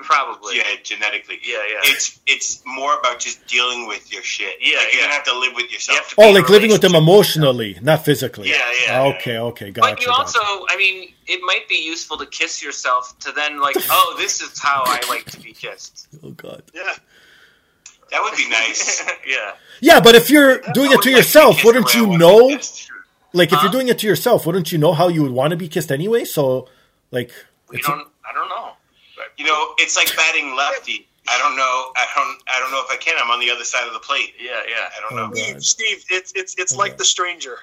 [SPEAKER 2] Probably.
[SPEAKER 3] Yeah, genetically.
[SPEAKER 2] Yeah, yeah.
[SPEAKER 3] It's it's more about just dealing with your shit.
[SPEAKER 2] Yeah,
[SPEAKER 3] like, you're
[SPEAKER 2] yeah.
[SPEAKER 3] gonna have to live with yourself.
[SPEAKER 2] You have to
[SPEAKER 1] Oh,
[SPEAKER 2] be
[SPEAKER 1] like living with them
[SPEAKER 2] relationship-
[SPEAKER 1] emotionally, not physically.
[SPEAKER 3] Yeah, yeah, yeah.
[SPEAKER 1] Okay, okay, gotcha.
[SPEAKER 2] But you also, I mean, it might be useful to kiss yourself to then like, oh, this is how I like to be kissed.
[SPEAKER 1] gotcha. Oh god.
[SPEAKER 4] yeah.
[SPEAKER 3] that would be nice.
[SPEAKER 2] yeah.
[SPEAKER 1] Yeah, but if you're doing it
[SPEAKER 3] I would
[SPEAKER 1] to
[SPEAKER 3] like be
[SPEAKER 1] yourself,
[SPEAKER 3] kissed the
[SPEAKER 1] wouldn't
[SPEAKER 3] way I
[SPEAKER 1] you
[SPEAKER 3] wanna be
[SPEAKER 1] know?
[SPEAKER 3] kissed.
[SPEAKER 1] Like if
[SPEAKER 2] Huh?
[SPEAKER 4] Uh,
[SPEAKER 1] you're doing it to yourself, wouldn't you know how you would want to be kissed anyway? So, like,
[SPEAKER 2] We
[SPEAKER 1] it's-
[SPEAKER 2] don't. I don't know.
[SPEAKER 3] You know, it's like batting lefty. I don't know. I don't. I don't know if I can. I'm on the other side of the plate.
[SPEAKER 2] Yeah, yeah.
[SPEAKER 3] I don't
[SPEAKER 1] Oh,
[SPEAKER 3] know.
[SPEAKER 1] God.
[SPEAKER 4] Steve, Steve, it's it's it's
[SPEAKER 1] Oh,
[SPEAKER 4] like
[SPEAKER 1] God.
[SPEAKER 4] the stranger.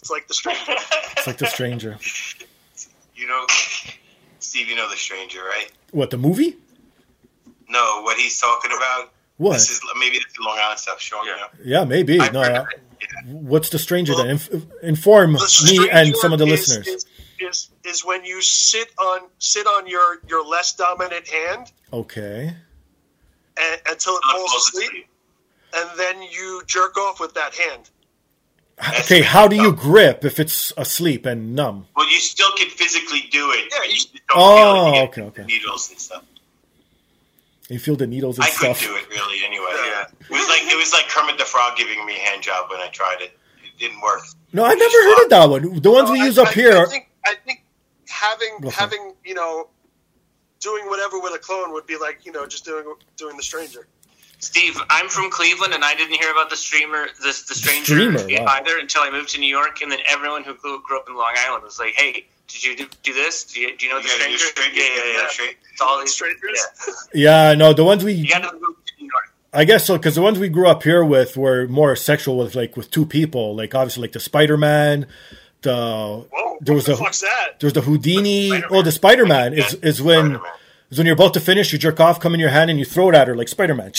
[SPEAKER 4] It's like the stranger.
[SPEAKER 1] it's like the stranger.
[SPEAKER 3] You know, Steve. You know the stranger, right?
[SPEAKER 1] What the movie?
[SPEAKER 3] No, what he's talking about.
[SPEAKER 1] What?
[SPEAKER 3] This is maybe this is Long Island stuff. Sean,
[SPEAKER 2] Yeah.
[SPEAKER 3] you know.
[SPEAKER 1] Yeah, maybe.
[SPEAKER 3] I've
[SPEAKER 1] no,
[SPEAKER 3] heard
[SPEAKER 1] I-
[SPEAKER 3] of it,
[SPEAKER 1] what's the stranger
[SPEAKER 4] Well,
[SPEAKER 1] then? Inf- inform
[SPEAKER 4] The
[SPEAKER 1] me and
[SPEAKER 4] stranger
[SPEAKER 1] some of the
[SPEAKER 4] is-
[SPEAKER 1] listeners.
[SPEAKER 4] Is, is, is when you sit on sit on your, your less dominant hand
[SPEAKER 1] okay.
[SPEAKER 4] and, until it
[SPEAKER 3] Not
[SPEAKER 4] falls
[SPEAKER 3] falls
[SPEAKER 4] asleep,
[SPEAKER 3] asleep.
[SPEAKER 4] and then you jerk off with that hand.
[SPEAKER 3] That's
[SPEAKER 1] Okay,
[SPEAKER 3] what
[SPEAKER 1] how
[SPEAKER 3] I'm
[SPEAKER 1] do you grip if it's asleep and numb?
[SPEAKER 3] Well, you still can physically do it.
[SPEAKER 4] Yeah, you-
[SPEAKER 3] just don't
[SPEAKER 1] Oh,
[SPEAKER 3] feel it. You
[SPEAKER 1] okay,
[SPEAKER 3] get
[SPEAKER 1] okay.
[SPEAKER 3] Needles and stuff.
[SPEAKER 1] You feel the needles and
[SPEAKER 3] I couldn't
[SPEAKER 1] stuff.
[SPEAKER 3] do it really anyway.
[SPEAKER 4] Yeah.
[SPEAKER 3] It was like it was like Kermit the Frog giving me a hand job when I tried it. It didn't work.
[SPEAKER 1] No, I've never heard of that one. The ones we
[SPEAKER 4] No, I-
[SPEAKER 1] use up
[SPEAKER 4] I-
[SPEAKER 1] here.
[SPEAKER 4] I
[SPEAKER 1] Are,
[SPEAKER 4] think, I think having
[SPEAKER 1] Go for it.
[SPEAKER 4] having you know doing whatever with a clone would be like you know just doing doing the stranger.
[SPEAKER 2] Steve, I'm from Cleveland, and I didn't hear about the streamer, this the stranger
[SPEAKER 1] Streamer, wow.
[SPEAKER 2] either until I moved to New York, and then everyone who grew, grew up in Long Island was like, "Hey, did you do, do this? Do you, do you know the
[SPEAKER 3] You gotta do
[SPEAKER 2] stranger?
[SPEAKER 3] stranger,
[SPEAKER 2] Yeah, yeah, yeah.
[SPEAKER 3] straight.
[SPEAKER 2] It's all these
[SPEAKER 4] Strangers?
[SPEAKER 2] Yeah.
[SPEAKER 1] Yeah, no, the ones
[SPEAKER 2] You
[SPEAKER 1] we,
[SPEAKER 2] got to move to New York.
[SPEAKER 1] I guess so, because the ones we grew up here with were more sexual with like with two people, like obviously like the Spider Man, the
[SPEAKER 4] Whoa,
[SPEAKER 1] There was
[SPEAKER 4] what the
[SPEAKER 1] a-
[SPEAKER 4] fuck's that?
[SPEAKER 1] there's the Houdini. Oh, the Spider Man is is when
[SPEAKER 3] Spider-Man.
[SPEAKER 1] is when you're about to finish, you jerk off, come in your hand, and you throw it at her like Spider Man.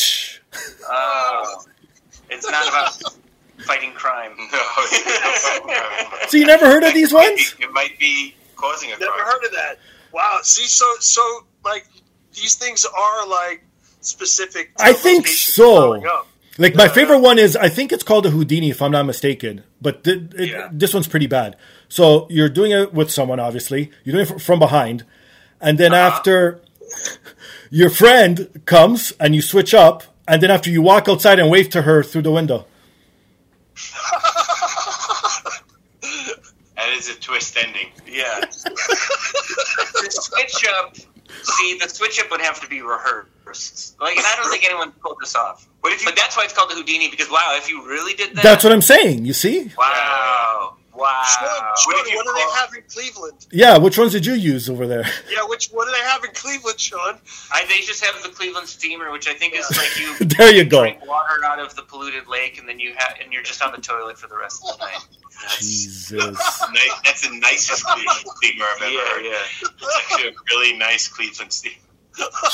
[SPEAKER 2] Uh, it's not about fighting crime.
[SPEAKER 3] No, it
[SPEAKER 1] So you never heard of these
[SPEAKER 3] might
[SPEAKER 1] ones?
[SPEAKER 3] be- It might be causing a
[SPEAKER 4] Never
[SPEAKER 3] crime.
[SPEAKER 4] heard of that. Wow. See, so so like these things are like specific. to
[SPEAKER 1] I think
[SPEAKER 4] locations
[SPEAKER 1] so.
[SPEAKER 4] growing up.
[SPEAKER 1] Like my favorite one is I think it's called a Houdini if I'm not mistaken, but th- it,
[SPEAKER 4] Yeah.
[SPEAKER 1] this one's pretty bad. So you're doing it with someone, obviously. You're doing it fr- from behind, and then after your friend comes and you switch up, and then after you walk outside and wave to her through the window.
[SPEAKER 3] That is a twist ending.
[SPEAKER 4] Yeah.
[SPEAKER 2] the switch up. See, the switch up would have to be rehearsed. Like, and I don't think anyone pulled this off.
[SPEAKER 3] What if you?
[SPEAKER 2] But that's why it's called the Houdini because wow, if you really did that,
[SPEAKER 1] That's what I'm saying. You see?
[SPEAKER 2] wow, wow.
[SPEAKER 4] Sean,
[SPEAKER 3] what
[SPEAKER 4] what,
[SPEAKER 3] if you
[SPEAKER 4] do they
[SPEAKER 3] call-
[SPEAKER 4] have in Cleveland?
[SPEAKER 1] Yeah. Which ones did you use over there?
[SPEAKER 4] Yeah, which what do they have in Cleveland, Sean?
[SPEAKER 2] I, they just have the Cleveland Steamer, which I think is like you
[SPEAKER 1] there you go.
[SPEAKER 2] drink water out of the polluted lake, and then you ha- and you're just on the toilet for the rest of the night.
[SPEAKER 3] That's,
[SPEAKER 1] Jesus.
[SPEAKER 3] nice, that's the nicest Cleveland steamer I've ever heard.
[SPEAKER 2] yeah.
[SPEAKER 3] It's actually a really nice Cleveland steamer.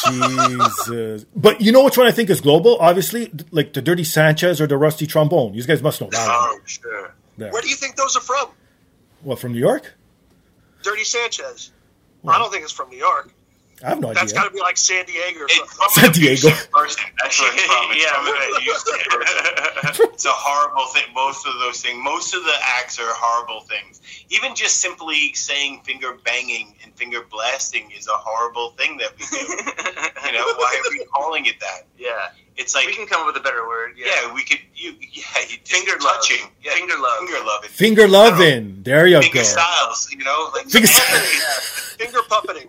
[SPEAKER 1] Jesus. But you know which one I think is global? Obviously, th- like the Dirty Sanchez or the Rusty Trombone. You guys must know that. one.
[SPEAKER 3] Oh, sure.
[SPEAKER 1] There.
[SPEAKER 4] Where do you think those are from?
[SPEAKER 1] What from New York?
[SPEAKER 4] Dirty Sanchez. I don't think it's from New York.
[SPEAKER 1] I have no
[SPEAKER 4] That's
[SPEAKER 1] idea.
[SPEAKER 4] got to be like San Diego or
[SPEAKER 3] It's
[SPEAKER 4] something.
[SPEAKER 3] from
[SPEAKER 1] San
[SPEAKER 3] an
[SPEAKER 1] Diego.
[SPEAKER 3] abusive person. That's what it's from. It's
[SPEAKER 2] Yeah.
[SPEAKER 3] from an abusive person. It's a horrible thing. Most of those things, most of the acts are horrible things. Even just simply saying finger banging and finger blasting is a horrible thing that we do. you know, why are we calling it that?
[SPEAKER 2] yeah.
[SPEAKER 3] It's like,
[SPEAKER 2] We can come up with a better word. Yeah.
[SPEAKER 3] yeah, we could, you, yeah, you just
[SPEAKER 2] Finger love.
[SPEAKER 3] touching, Yeah,
[SPEAKER 2] Finger love.
[SPEAKER 3] finger love, it.
[SPEAKER 1] Finger loving. There you
[SPEAKER 3] Oh. finger
[SPEAKER 1] go.
[SPEAKER 3] styles, you know, like
[SPEAKER 1] Finger
[SPEAKER 4] Finger puppeting.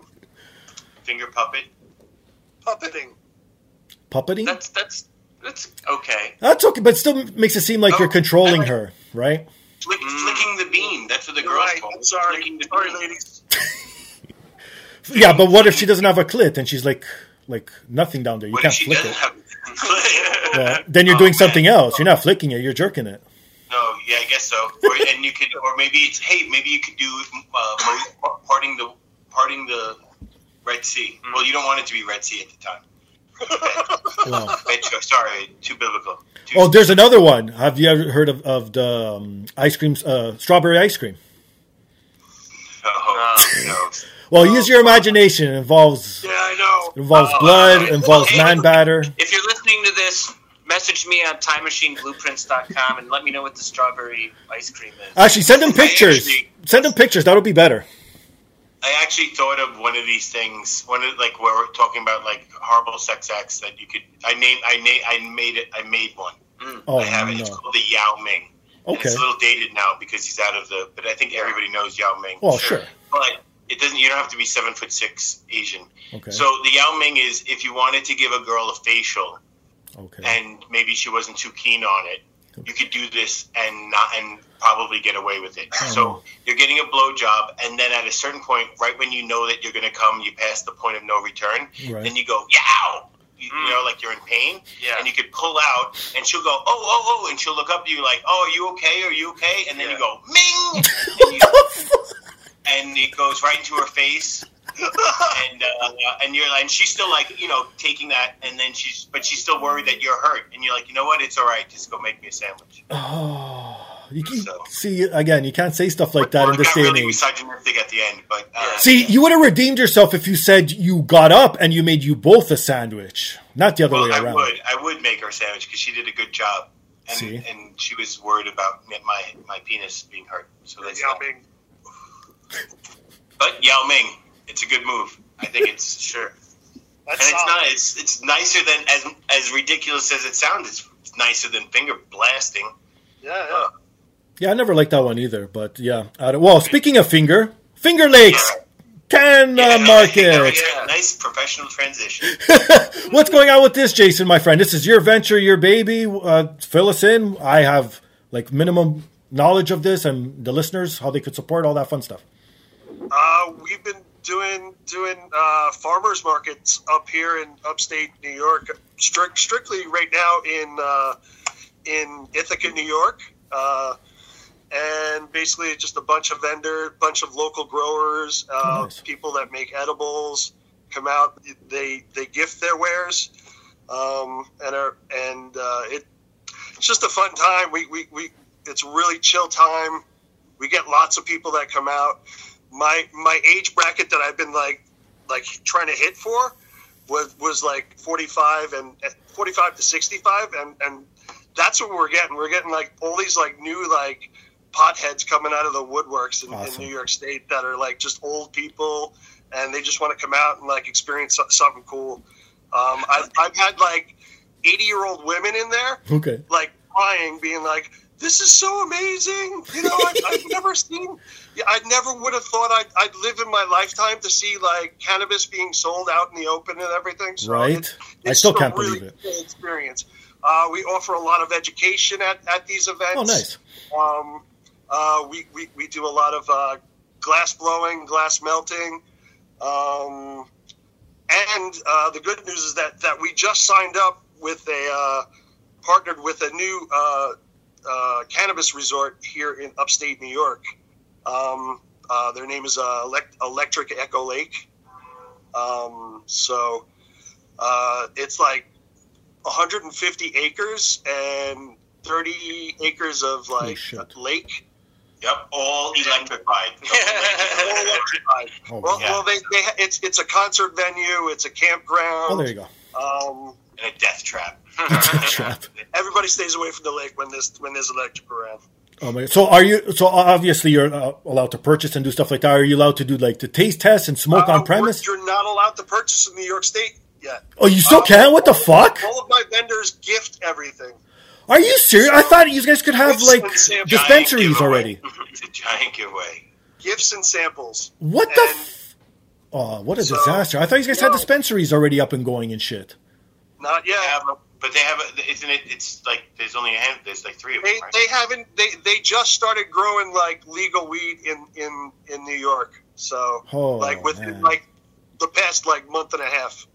[SPEAKER 3] finger puppet.
[SPEAKER 4] Puppeting.
[SPEAKER 1] Puppeting.
[SPEAKER 2] That's that's that's okay.
[SPEAKER 1] That's okay, but still makes it seem like you're
[SPEAKER 3] Oh,
[SPEAKER 1] controlling
[SPEAKER 3] I-
[SPEAKER 1] her, right?
[SPEAKER 3] Flick,
[SPEAKER 2] Mm.
[SPEAKER 3] Flicking the bean. That's what the
[SPEAKER 4] You're
[SPEAKER 3] girls
[SPEAKER 4] right.
[SPEAKER 3] call
[SPEAKER 4] I'm
[SPEAKER 3] it.
[SPEAKER 4] sorry.
[SPEAKER 3] Flicking the
[SPEAKER 4] Sorry,
[SPEAKER 3] bean.
[SPEAKER 4] ladies.
[SPEAKER 1] Yeah, but what if she doesn't have a clit and she's like, like nothing down there? You
[SPEAKER 3] What if
[SPEAKER 1] can't
[SPEAKER 3] she
[SPEAKER 1] flick
[SPEAKER 3] doesn't
[SPEAKER 1] it.
[SPEAKER 3] have?
[SPEAKER 1] Yeah. Then you're
[SPEAKER 3] Oh,
[SPEAKER 1] doing
[SPEAKER 3] man.
[SPEAKER 1] something else. You're not flicking it. You're jerking it.
[SPEAKER 3] No, yeah, I guess so. Or, and you could, or maybe it's hey, maybe you could do uh, mo- parting the parting the Red Sea. Well, you don't want it to be Red Sea at the time.
[SPEAKER 1] Wow.
[SPEAKER 3] Bet you- Sorry, too biblical. Too
[SPEAKER 1] Oh, there's another one. Have you ever heard of, of the um, ice cream, uh, strawberry ice cream?
[SPEAKER 3] oh, no.
[SPEAKER 1] Well, use
[SPEAKER 3] Oh,
[SPEAKER 1] your imagination. It involves
[SPEAKER 4] Yeah, I know.
[SPEAKER 1] it involves blood.
[SPEAKER 3] uh,
[SPEAKER 1] It involves man batter.
[SPEAKER 2] If you're listening to this, message me on timemachineblueprints.com and let me know what the strawberry ice cream is.
[SPEAKER 4] Uh,
[SPEAKER 1] Actually, send them pictures. Send them pictures. That'll be better.
[SPEAKER 3] I actually thought of one of these things. One of like where we're talking about like horrible sex acts that you could. I name. I name. I made it. I made one.
[SPEAKER 1] Oh
[SPEAKER 3] I have it. It's
[SPEAKER 1] no.
[SPEAKER 3] called the Yao Ming. And
[SPEAKER 1] Okay.
[SPEAKER 3] it's a little dated now because he's out of the. But I think everybody knows Yao Ming.
[SPEAKER 1] Well, sure.
[SPEAKER 3] But it doesn't. You don't have to be seven foot six Asian.
[SPEAKER 1] Okay.
[SPEAKER 3] So the Yao Ming is if you wanted to give a girl a facial
[SPEAKER 1] Okay.
[SPEAKER 3] and maybe she wasn't too keen on it, you could do this and not and probably get away with it. So you're getting a blowjob, and then at a certain point, right when you know that you're going to come, you pass the point of no return,
[SPEAKER 1] Right.
[SPEAKER 3] then you go yow. You, you know, like you're in pain,
[SPEAKER 2] Mm. Yeah.
[SPEAKER 3] and you could pull out, and she'll go, oh, oh, oh, and she'll look up at you like, oh, are you okay? Are you okay? And then you
[SPEAKER 2] Yeah.
[SPEAKER 3] go, ming, and, you, and it goes right into her face, and uh, and you're and she's still like you know taking that and then she's but she's still worried that you're hurt and you're like you know what it's all right just go make me a sandwich
[SPEAKER 1] Oh, you can,
[SPEAKER 3] So-
[SPEAKER 1] see again. You can't say stuff like that
[SPEAKER 3] Or
[SPEAKER 1] in this
[SPEAKER 3] got
[SPEAKER 1] day and
[SPEAKER 3] really
[SPEAKER 1] age.
[SPEAKER 3] misogynistic at the end but uh,
[SPEAKER 1] See, you would have redeemed yourself if you said you got up and you made you both a sandwich, not the other
[SPEAKER 3] well
[SPEAKER 1] way
[SPEAKER 3] I
[SPEAKER 1] around.
[SPEAKER 3] would I would make her a sandwich because she did a good job and
[SPEAKER 1] See?
[SPEAKER 3] and she was worried about my my penis being hurt so that's
[SPEAKER 4] Yao
[SPEAKER 3] not,
[SPEAKER 4] Ming.
[SPEAKER 3] but Yao Ming it's a good move I think it's sure and
[SPEAKER 4] That's
[SPEAKER 3] it's
[SPEAKER 4] solid.
[SPEAKER 3] not it's it's nicer than as as ridiculous as it sounds it's nicer than finger blasting
[SPEAKER 4] Yeah, yeah.
[SPEAKER 1] Yeah, I never liked that one either. But yeah, I don't, well, speaking of finger, finger lakes. Can
[SPEAKER 3] Yeah,
[SPEAKER 1] uh,
[SPEAKER 3] I think that
[SPEAKER 1] Market.
[SPEAKER 3] was a Nice professional transition.
[SPEAKER 1] What's going on with this, Jason, my friend? This is your venture, your baby. Uh, fill us in. I have like minimum knowledge of this and the listeners, how they could support all that fun stuff.
[SPEAKER 4] Uh, we've been doing doing uh, farmers markets up here in upstate New York, strict, strictly right now in uh, in Ithaca, New York, uh, and basically just a bunch of vendor, bunch of local growers, uh,
[SPEAKER 1] Nice.
[SPEAKER 4] people that make edibles come out. They they gift their wares, um, and are and uh, it it's just a fun time. We, we, we it's a really chill time. We get lots of people that come out. My my age bracket that I've been like like trying to hit for was was like 45 and 45 to 65 and and that's what we're getting. We're getting like all these like new like potheads coming out of the woodworks in,
[SPEAKER 1] Awesome.
[SPEAKER 4] in New York State that are like just old people and they just want to come out and like experience so- something cool. Um, I've, I've had like 80 year old women in there
[SPEAKER 1] Okay.
[SPEAKER 4] like crying, being like, "This is so amazing!" You know, I've, I've never seen, yeah, I never would have thought I'd, I'd live in my lifetime to see like cannabis being sold out in the open and everything. So
[SPEAKER 1] Right.
[SPEAKER 4] it's-
[SPEAKER 1] I
[SPEAKER 4] it's
[SPEAKER 1] still
[SPEAKER 4] a
[SPEAKER 1] can't
[SPEAKER 4] really
[SPEAKER 1] believe it.
[SPEAKER 4] cool Experience. Uh, we offer a lot of education at, at these events.
[SPEAKER 1] Oh, nice.
[SPEAKER 4] Um, uh, we, we, we do a lot of uh, glass blowing, glass melting. Um, and uh, the good news is that, that we just signed up with a uh, partnered with a new uh, uh, cannabis resort here in upstate New York. Um, uh, their name is uh, Elect- Electric Echo Lake. Um, so uh, it's like 150 acres and 30 acres of like
[SPEAKER 1] shit.
[SPEAKER 4] lake.
[SPEAKER 3] Yep, all electrified.
[SPEAKER 4] All electrified.
[SPEAKER 1] Oh,
[SPEAKER 4] Well,
[SPEAKER 1] wow.
[SPEAKER 4] well they, they, ha- it's it's a concert venue, it's a campground.
[SPEAKER 1] oh there you go.
[SPEAKER 4] Um,
[SPEAKER 3] and a death trap.
[SPEAKER 1] Trap.
[SPEAKER 4] everybody stays away from the lake when there's when there's electric around.
[SPEAKER 1] Oh my. So are you? So obviously you're uh, allowed to purchase and do stuff like that. Are you allowed to do like the taste test and smoke
[SPEAKER 4] Uh,
[SPEAKER 1] on premise?
[SPEAKER 4] You're not allowed to purchase in New York State yet.
[SPEAKER 1] Oh, you still
[SPEAKER 4] uh,
[SPEAKER 1] can? What the fuck?
[SPEAKER 4] All of my vendors gift everything.
[SPEAKER 1] Are you serious? I thought you guys could have
[SPEAKER 4] It's
[SPEAKER 1] like
[SPEAKER 4] like Sam Giant
[SPEAKER 1] dispensaries
[SPEAKER 3] giveaway.
[SPEAKER 1] already.
[SPEAKER 3] It's a giant giveaway.
[SPEAKER 4] Gifts and samples.
[SPEAKER 1] What the?
[SPEAKER 4] And-
[SPEAKER 1] F- oh, what a
[SPEAKER 4] So-
[SPEAKER 1] disaster! I thought you guys had
[SPEAKER 4] No.
[SPEAKER 1] dispensaries already up and going and shit.
[SPEAKER 4] Not yet.
[SPEAKER 3] They have a, but they have, a, isn't it? It's like there's only a hand. There's like three of them.
[SPEAKER 4] They,
[SPEAKER 3] right?
[SPEAKER 4] they haven't they, they just started growing like legal weed in in in New York. So
[SPEAKER 1] Oh,
[SPEAKER 4] like within
[SPEAKER 1] man.
[SPEAKER 4] like the past like month and a half.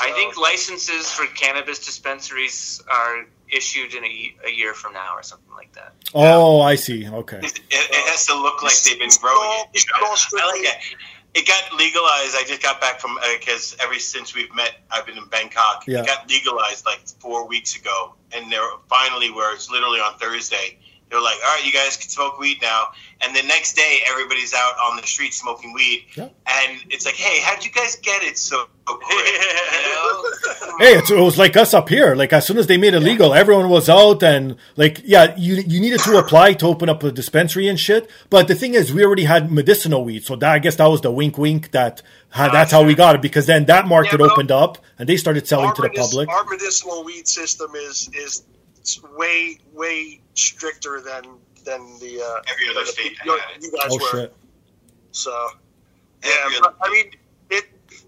[SPEAKER 2] I
[SPEAKER 4] So-
[SPEAKER 2] think licenses for cannabis dispensaries are issued in a, ye- a year from now or something like that.
[SPEAKER 1] Oh, I see. Okay.
[SPEAKER 3] It, it has to look like they've been
[SPEAKER 4] It's
[SPEAKER 3] growing
[SPEAKER 4] all-
[SPEAKER 3] it.
[SPEAKER 4] it's
[SPEAKER 3] you know?
[SPEAKER 4] all
[SPEAKER 3] I like
[SPEAKER 4] strictly-
[SPEAKER 3] it. It got legalized. I just got back from because ever since we've met, I've been in Bangkok.
[SPEAKER 1] Yeah.
[SPEAKER 3] It got legalized like four weeks ago, and there finally where it's literally on Thursday. They're like, "All right, you guys can smoke weed now." And the next day, everybody's out on the street smoking weed,
[SPEAKER 1] Yeah.
[SPEAKER 3] and it's like, "Hey, how'd you guys get it so quick?" You know?
[SPEAKER 1] Hey, it's, it was like us up here. Like as soon as they made it legal, everyone was out and like yeah, you you needed to apply to open up a dispensary and shit. But the thing is, we already had medicinal weed, so that, I guess that was the wink, wink that ha, that's how we got it because then that market
[SPEAKER 4] but-
[SPEAKER 1] opened up and they started selling
[SPEAKER 4] our,
[SPEAKER 1] to the
[SPEAKER 4] medic-
[SPEAKER 1] public.
[SPEAKER 4] our medicinal weed system is is way way stricter than than the uh,
[SPEAKER 3] Every other state
[SPEAKER 4] you,
[SPEAKER 3] had it.
[SPEAKER 4] you guys
[SPEAKER 1] Oh
[SPEAKER 4] were.
[SPEAKER 1] shit!
[SPEAKER 4] So yeah,
[SPEAKER 3] Every other-
[SPEAKER 4] but, I mean it.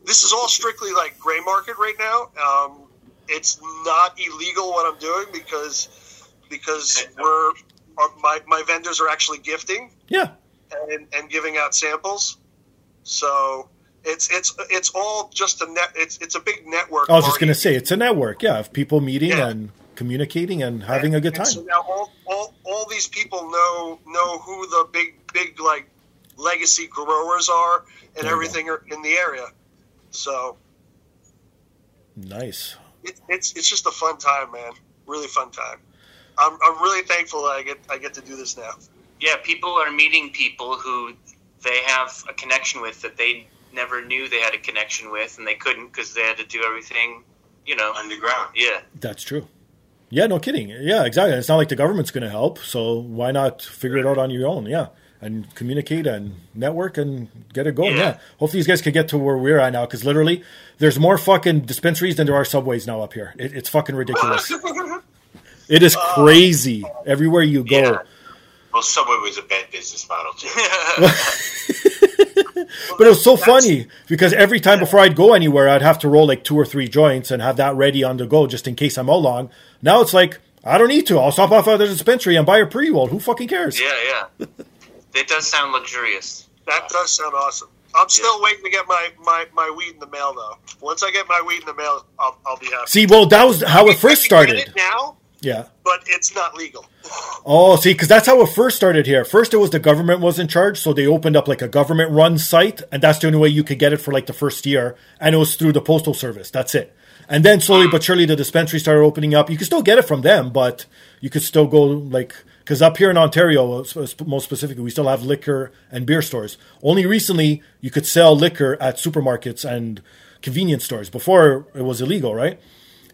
[SPEAKER 4] This is all strictly like gray market right now. Um, it's not illegal what I'm doing because because we're our, my my vendors are actually gifting
[SPEAKER 1] Yeah.
[SPEAKER 4] and, and giving out samples. So it's it's it's all just a net. It's it's a big network.
[SPEAKER 1] I was just
[SPEAKER 4] party.
[SPEAKER 1] gonna say it's a network, yeah, of people meeting
[SPEAKER 4] Yeah.
[SPEAKER 1] and communicating and having a good
[SPEAKER 4] And So
[SPEAKER 1] time.
[SPEAKER 4] now all, all, all these people know know who the big big like legacy growers are and
[SPEAKER 1] There you
[SPEAKER 4] everything are in the area. So
[SPEAKER 1] Nice.
[SPEAKER 4] it, it's it's just a fun time, man. Really fun time. I'm, I'm really thankful that I get I get to do this now.
[SPEAKER 2] Yeah, people are meeting people who they have a connection with that they never knew they had a connection with, and they couldn't because they had to do everything, you know.
[SPEAKER 3] underground.
[SPEAKER 2] Yeah,
[SPEAKER 1] That's true. Yeah, no kidding. Yeah, exactly. It's not like the government's going to help, so why not figure it out on your own? Yeah, and communicate and network and get it going. Yeah.
[SPEAKER 2] Yeah.
[SPEAKER 1] Hopefully, these guys can get to where we're at now, because literally, there's more fucking dispensaries than there are subways now up here. It, it's fucking ridiculous. it is crazy everywhere you go.
[SPEAKER 3] Well, Subway was a bad business model too.
[SPEAKER 1] but it was so funny because every time before I'd go anywhere, I'd have to roll like two or three joints and have that ready on the go just in case I'm out long. Now it's like I don't need to. I'll stop off at the dispensary and buy a pre roll. Who fucking cares?
[SPEAKER 2] Yeah, yeah. It does sound luxurious.
[SPEAKER 4] That does sound awesome. I'm still waiting to get my, my, my weed in the mail though. Once I get my weed in the mail, I'll, I'll be happy.
[SPEAKER 1] See, well, that was how it first
[SPEAKER 4] I can
[SPEAKER 1] started.
[SPEAKER 4] get it now,
[SPEAKER 1] Yeah.
[SPEAKER 4] but it's not legal.
[SPEAKER 1] Oh, see, because that's how it first started here. First, it was the government was in charge, so they opened up like a government run site, and that's the only way you could get it for like the first year, and it was through the postal service. That's it. And then slowly but surely, the dispensary started opening up. You could still get it from them, but you could still go like because up here in Ontario, uh, sp- most specifically, we still have liquor and beer stores. Only recently, you could sell liquor at supermarkets and convenience stores. Before, it was illegal, right?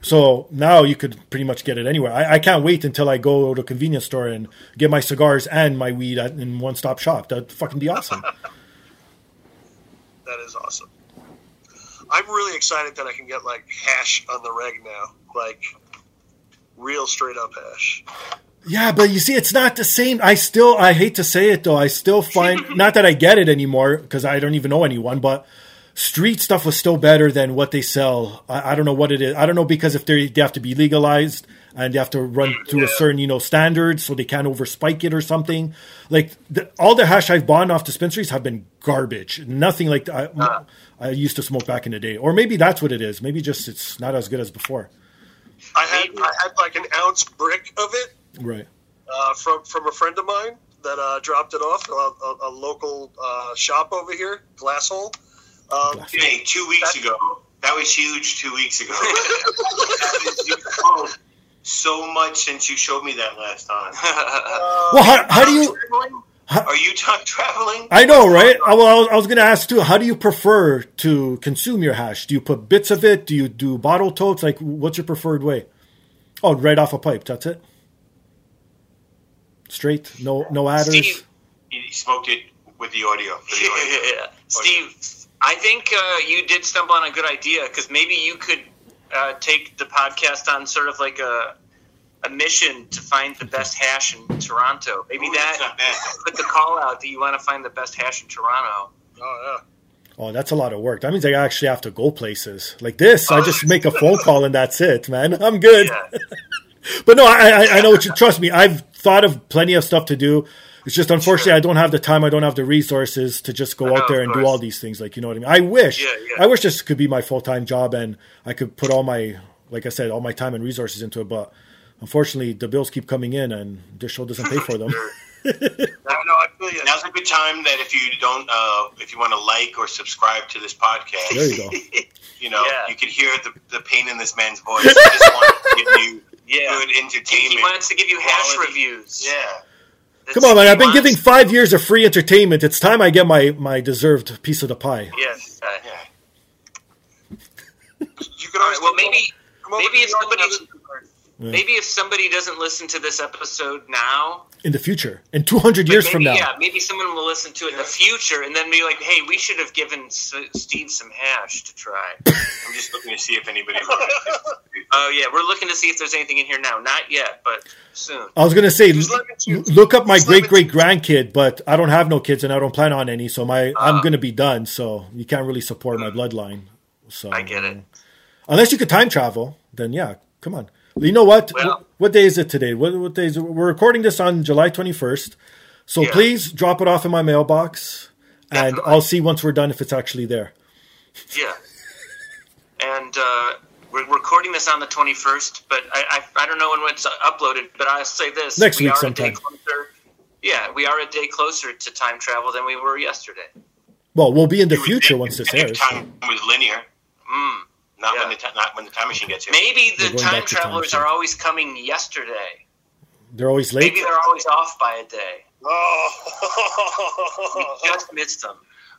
[SPEAKER 1] So now you could pretty much get it anywhere. I, I can't wait until I go to a convenience store and get my cigars and my weed at, in one stop shop. That'd fucking be awesome.
[SPEAKER 4] That is awesome. I'm really excited that I can get like hash on the reg now, like real straight up hash.
[SPEAKER 1] yeah, but you see, it's not the same. I still, I hate to say it though, I still find, not that I get it anymore because I don't even know anyone, but street stuff was still better than what they sell. I, I don't know what it is. I don't know because if they they have to be legalized and they have to run through a certain you know standard, so they can't overspike it or something. Like the, all the hash I've bought off dispensaries have been garbage. Nothing like I, I used to smoke back in the day, or maybe that's what it is. Maybe just it's not as good as before.
[SPEAKER 4] I had I had like an ounce brick of it
[SPEAKER 1] Right.
[SPEAKER 4] uh, from from a friend of mine that uh, dropped it off a, a, a local uh, shop over here, Glasshole. Um,
[SPEAKER 3] Hey, two weeks ago. That was huge two weeks ago. That was- you've grown so much since you showed me that last time.
[SPEAKER 1] Well, how, how do you?
[SPEAKER 3] Are you time traveling?
[SPEAKER 1] I know, right? I, well, I was, I was going to ask too. How do you prefer to consume your hash? Do you put bits of it? Do you do bottle totes? Like, what's your preferred way? Oh, right off a pipe. That's it. Straight. No, no adders.
[SPEAKER 2] Steve,
[SPEAKER 3] He smoked it with the audio. for the audio.
[SPEAKER 2] Steve, I think uh, you did stumble on a good idea because maybe you could uh, take the podcast on sort of like a a mission to find the best hash in Toronto. Maybe
[SPEAKER 3] Ooh, that's
[SPEAKER 2] that
[SPEAKER 3] not bad.
[SPEAKER 2] put the call out that you want to find the best hash in Toronto.
[SPEAKER 4] oh, yeah.
[SPEAKER 1] Oh, that's a lot of work. That means I actually have to go places like this. I just make a phone call and that's it, man. I'm good.
[SPEAKER 2] Yeah.
[SPEAKER 1] but no, I, I, I know what you trust me. I've thought of plenty of stuff to do. It's just unfortunately I don't have the time. I don't have the resources to just go
[SPEAKER 2] know,
[SPEAKER 1] out there
[SPEAKER 2] of
[SPEAKER 1] and do
[SPEAKER 2] course.
[SPEAKER 1] all these things. Like you know what I mean? I wish.
[SPEAKER 2] Yeah, yeah.
[SPEAKER 1] I wish this could be my full time job and I could put all my, like I said, all my time and resources into it. But unfortunately, the bills keep coming in and this show doesn't pay for them.
[SPEAKER 4] I know. I feel you.
[SPEAKER 3] Now's a good time that if you don't, uh, if you want to like or subscribe to this podcast,
[SPEAKER 1] there you go.
[SPEAKER 3] You know,
[SPEAKER 2] Yeah.
[SPEAKER 3] you can hear the, the pain in this man's voice. I just want to give you
[SPEAKER 2] Yeah.
[SPEAKER 3] good
[SPEAKER 2] He
[SPEAKER 3] entertainment.
[SPEAKER 2] wants to give you hash
[SPEAKER 3] Quality.
[SPEAKER 2] reviews.
[SPEAKER 3] yeah.
[SPEAKER 2] That's
[SPEAKER 1] Come on,
[SPEAKER 2] what
[SPEAKER 1] man!
[SPEAKER 2] he
[SPEAKER 1] I've been
[SPEAKER 2] wants.
[SPEAKER 1] giving five years of free entertainment. It's time I get my my deserved piece of the pie.
[SPEAKER 2] Yes. uh,
[SPEAKER 3] Yeah.
[SPEAKER 4] You can always
[SPEAKER 2] well,
[SPEAKER 4] come
[SPEAKER 2] maybe
[SPEAKER 4] over- come over
[SPEAKER 2] maybe
[SPEAKER 4] to
[SPEAKER 2] it's
[SPEAKER 4] New York and have
[SPEAKER 2] somebody-
[SPEAKER 4] some drinks.
[SPEAKER 2] maybe if somebody doesn't listen to this episode now,
[SPEAKER 1] in the future, in 200 years
[SPEAKER 2] maybe,
[SPEAKER 1] from now.
[SPEAKER 2] yeah, maybe someone will listen to it in the future and then be like, "Hey, we should have given S- Steve some hash to try."
[SPEAKER 3] I'm just looking to see if anybody.
[SPEAKER 2] Oh yeah, we're looking to see if there's anything in here now. Not yet, but soon.
[SPEAKER 1] I was going to say,
[SPEAKER 4] Just
[SPEAKER 1] l-
[SPEAKER 4] let me choose.
[SPEAKER 1] look up my
[SPEAKER 4] Just let
[SPEAKER 1] great
[SPEAKER 4] me
[SPEAKER 1] great grandkid, but I don't have no kids and I don't plan on any, so my
[SPEAKER 2] Uh.
[SPEAKER 1] I'm going to be done. So you can't really support my bloodline. So
[SPEAKER 2] I get it.
[SPEAKER 1] Unless you could time travel, then yeah, come on. You know what?
[SPEAKER 2] Well-
[SPEAKER 1] Wh- what day is it today? What, what day is it? We're recording this on July 21st. So
[SPEAKER 2] Yeah.
[SPEAKER 1] please drop it off in my mailbox, and
[SPEAKER 2] Definitely.
[SPEAKER 1] I'll see once we're done if it's actually there.
[SPEAKER 2] Yeah. And uh, we're recording this on the 21st, but I, I, I don't know when it's uploaded, but I'll say this.
[SPEAKER 1] Next
[SPEAKER 2] we
[SPEAKER 1] week
[SPEAKER 2] are A
[SPEAKER 1] sometime.
[SPEAKER 2] day closer, yeah, we are a day closer to time travel than we were yesterday.
[SPEAKER 1] Well, we'll be in the future once this
[SPEAKER 3] If
[SPEAKER 1] airs.
[SPEAKER 3] Time was linear. Mm, Not when
[SPEAKER 2] Yeah.
[SPEAKER 3] the ti- not when the time machine gets here.
[SPEAKER 2] Maybe
[SPEAKER 1] We're
[SPEAKER 2] the
[SPEAKER 1] going
[SPEAKER 2] time
[SPEAKER 1] back to time
[SPEAKER 2] travelers
[SPEAKER 1] soon.
[SPEAKER 2] are always coming yesterday.
[SPEAKER 1] They're always late.
[SPEAKER 2] Maybe they're always off by a day. We
[SPEAKER 4] Oh,
[SPEAKER 2] just missed them.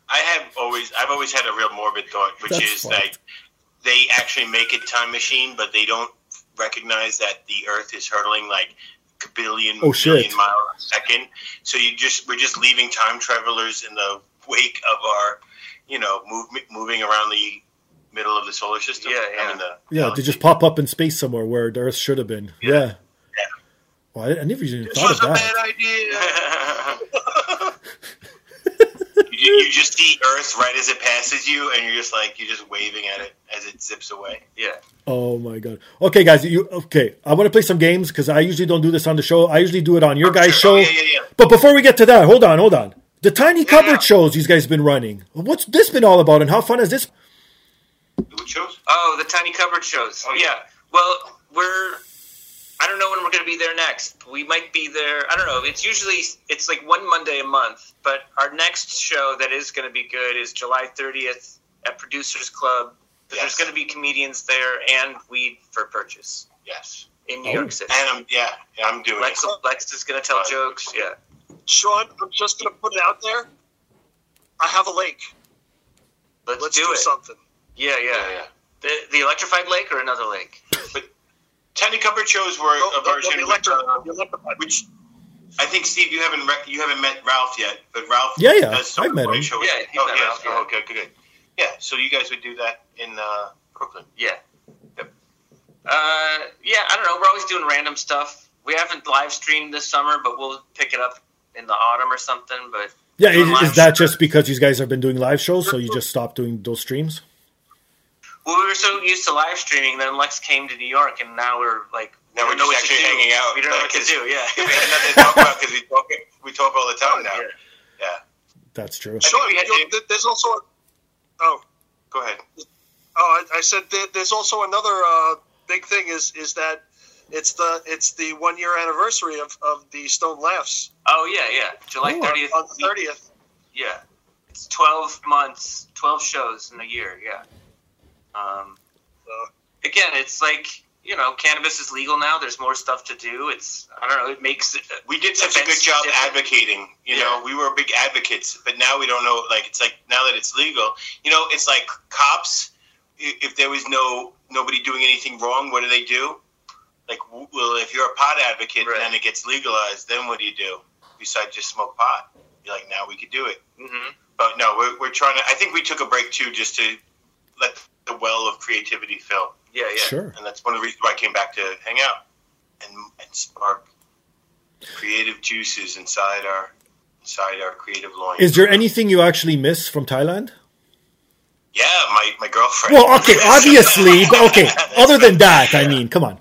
[SPEAKER 3] I have always I've always had a real morbid thought, which
[SPEAKER 1] That's
[SPEAKER 3] is
[SPEAKER 1] fine.
[SPEAKER 3] like they actually make a time machine, but they don't recognize that the Earth is hurtling like a billion
[SPEAKER 1] Oh, shit.
[SPEAKER 3] billion miles a second. So you just we're just leaving time travelers in the wake of our, you know, movement moving around the middle of the solar system.
[SPEAKER 2] Yeah, yeah.
[SPEAKER 3] I mean, the
[SPEAKER 1] Yeah, they
[SPEAKER 3] galaxy.
[SPEAKER 1] just pop up in space somewhere where the Earth should have been. Yeah.
[SPEAKER 3] Yeah.
[SPEAKER 1] Well, I, I never even
[SPEAKER 4] this
[SPEAKER 1] thought
[SPEAKER 4] was
[SPEAKER 1] of
[SPEAKER 4] a
[SPEAKER 1] that.
[SPEAKER 4] bad idea.
[SPEAKER 3] you you, you just see Earth right as it passes you, and you're just like you're just waving at it as it zips away. Yeah.
[SPEAKER 1] Oh my god. Okay, guys. You okay? I want to play some games because I usually don't do this on the show. I usually do it on your guys' show.
[SPEAKER 3] Oh, yeah, yeah, yeah.
[SPEAKER 1] But before we get to that, hold on, hold on. The tiny cupboard shows these guys been running. What's this been all about, and how fun is this?
[SPEAKER 3] What shows?
[SPEAKER 2] Oh, the tiny cupboard shows. Oh yeah. Well, we're. I don't know when we're going to be there next. We might be there. I don't know. It's usually it's like one Monday a month, but our next show that is going to be good is July 30th at Producers Club. 'cause There's
[SPEAKER 3] Yes.
[SPEAKER 2] going to be comedians there and weed for purchase
[SPEAKER 3] Yes.
[SPEAKER 2] in New
[SPEAKER 1] Oh.
[SPEAKER 2] York City.
[SPEAKER 3] And I'm yeah, yeah, I'm doing
[SPEAKER 2] Lex,
[SPEAKER 3] it.
[SPEAKER 2] Lex is going to tell jokes. Yeah.
[SPEAKER 4] Sean, I'm just going to put it out there. I have a lake.
[SPEAKER 2] Let's,
[SPEAKER 4] Let's
[SPEAKER 2] do,
[SPEAKER 4] do
[SPEAKER 2] it.
[SPEAKER 4] something.
[SPEAKER 2] Yeah, yeah,
[SPEAKER 3] Yeah,
[SPEAKER 2] yeah.
[SPEAKER 3] yeah.
[SPEAKER 2] The, the electrified lake or another lake?
[SPEAKER 3] Tiny cupboard shows were
[SPEAKER 4] Go-
[SPEAKER 2] Oh,
[SPEAKER 3] a
[SPEAKER 4] go- go
[SPEAKER 3] version
[SPEAKER 4] be
[SPEAKER 3] which,
[SPEAKER 4] electrified.
[SPEAKER 3] uh,
[SPEAKER 4] Be electrified.
[SPEAKER 3] which I think Steve, you haven't re- you haven't met Ralph yet, but Ralph
[SPEAKER 1] Yeah, yeah,
[SPEAKER 3] does some
[SPEAKER 1] I've met
[SPEAKER 3] recording
[SPEAKER 1] him.
[SPEAKER 3] shows.
[SPEAKER 2] Yeah, he's
[SPEAKER 3] oh,
[SPEAKER 2] met
[SPEAKER 3] yes.
[SPEAKER 2] Ralph, yeah.
[SPEAKER 3] oh, good, good, good. Yeah, so you guys would do that in uh, Brooklyn.
[SPEAKER 2] Yeah. Uh, yeah, I don't know. We're always doing random stuff. We haven't live streamed this summer, but we'll pick it up in the autumn or something. But
[SPEAKER 1] Yeah,
[SPEAKER 2] doing
[SPEAKER 1] is,
[SPEAKER 2] live
[SPEAKER 1] is that
[SPEAKER 2] stream-
[SPEAKER 1] just because these guys have been doing live shows, so you just stopped doing those streams?
[SPEAKER 2] Well, we were so used to live streaming, then Lex came to New York, and now we're like,
[SPEAKER 3] Now
[SPEAKER 2] we
[SPEAKER 3] we're
[SPEAKER 2] don't know what
[SPEAKER 3] just
[SPEAKER 2] to
[SPEAKER 3] actually
[SPEAKER 2] do.
[SPEAKER 3] hanging out, uh,
[SPEAKER 2] We don't know
[SPEAKER 3] like,
[SPEAKER 2] what to
[SPEAKER 3] it's-
[SPEAKER 2] do. Yeah.
[SPEAKER 3] we had nothing to talk about because we talk we talk all the time now.
[SPEAKER 2] Oh, Yeah.
[SPEAKER 3] Yeah.
[SPEAKER 1] That's true.
[SPEAKER 3] I
[SPEAKER 4] Sean,
[SPEAKER 3] think we had
[SPEAKER 4] you know,
[SPEAKER 3] to-
[SPEAKER 4] th- there's also a, oh
[SPEAKER 3] Go ahead.
[SPEAKER 4] oh I, I said there, there's also another uh, big thing is is that it's the it's the one year anniversary of, of the Stone Laughs
[SPEAKER 2] Oh yeah, yeah. July
[SPEAKER 1] Oh.
[SPEAKER 2] thirtieth.
[SPEAKER 4] on the thirtieth.
[SPEAKER 2] Yeah. It's twelve months, twelve shows in a year. Yeah. Um,
[SPEAKER 4] So-
[SPEAKER 2] again, it's like you know, cannabis is legal now. There's more stuff to do. It's I don't know. It makes it,
[SPEAKER 3] We did such a
[SPEAKER 2] Events
[SPEAKER 3] good job
[SPEAKER 2] different.
[SPEAKER 3] advocating. You
[SPEAKER 2] Yeah.
[SPEAKER 3] know, we were big advocates, but now we don't know. Like it's like now that it's legal, you know, it's like cops. i- If there was no nobody doing anything wrong, what do they do? Like, w- well, if you're a pot advocate
[SPEAKER 2] Right.
[SPEAKER 3] and then it gets legalized, then what do you do? Besides just smoke pot, you're like, now we could do it.
[SPEAKER 2] hmm
[SPEAKER 3] But no, we're, we're trying to. I think we took a break too, just to let the well of creativity fill,
[SPEAKER 2] Yeah, yeah.
[SPEAKER 1] Sure.
[SPEAKER 3] and that's one of the reasons why I came back to hang out and and spark creative juices inside our inside our creative loins.
[SPEAKER 1] Is there anything you actually miss from Thailand?
[SPEAKER 3] Yeah, my my girlfriend.
[SPEAKER 1] Well, okay, obviously, but okay. Other than that, I mean, come on.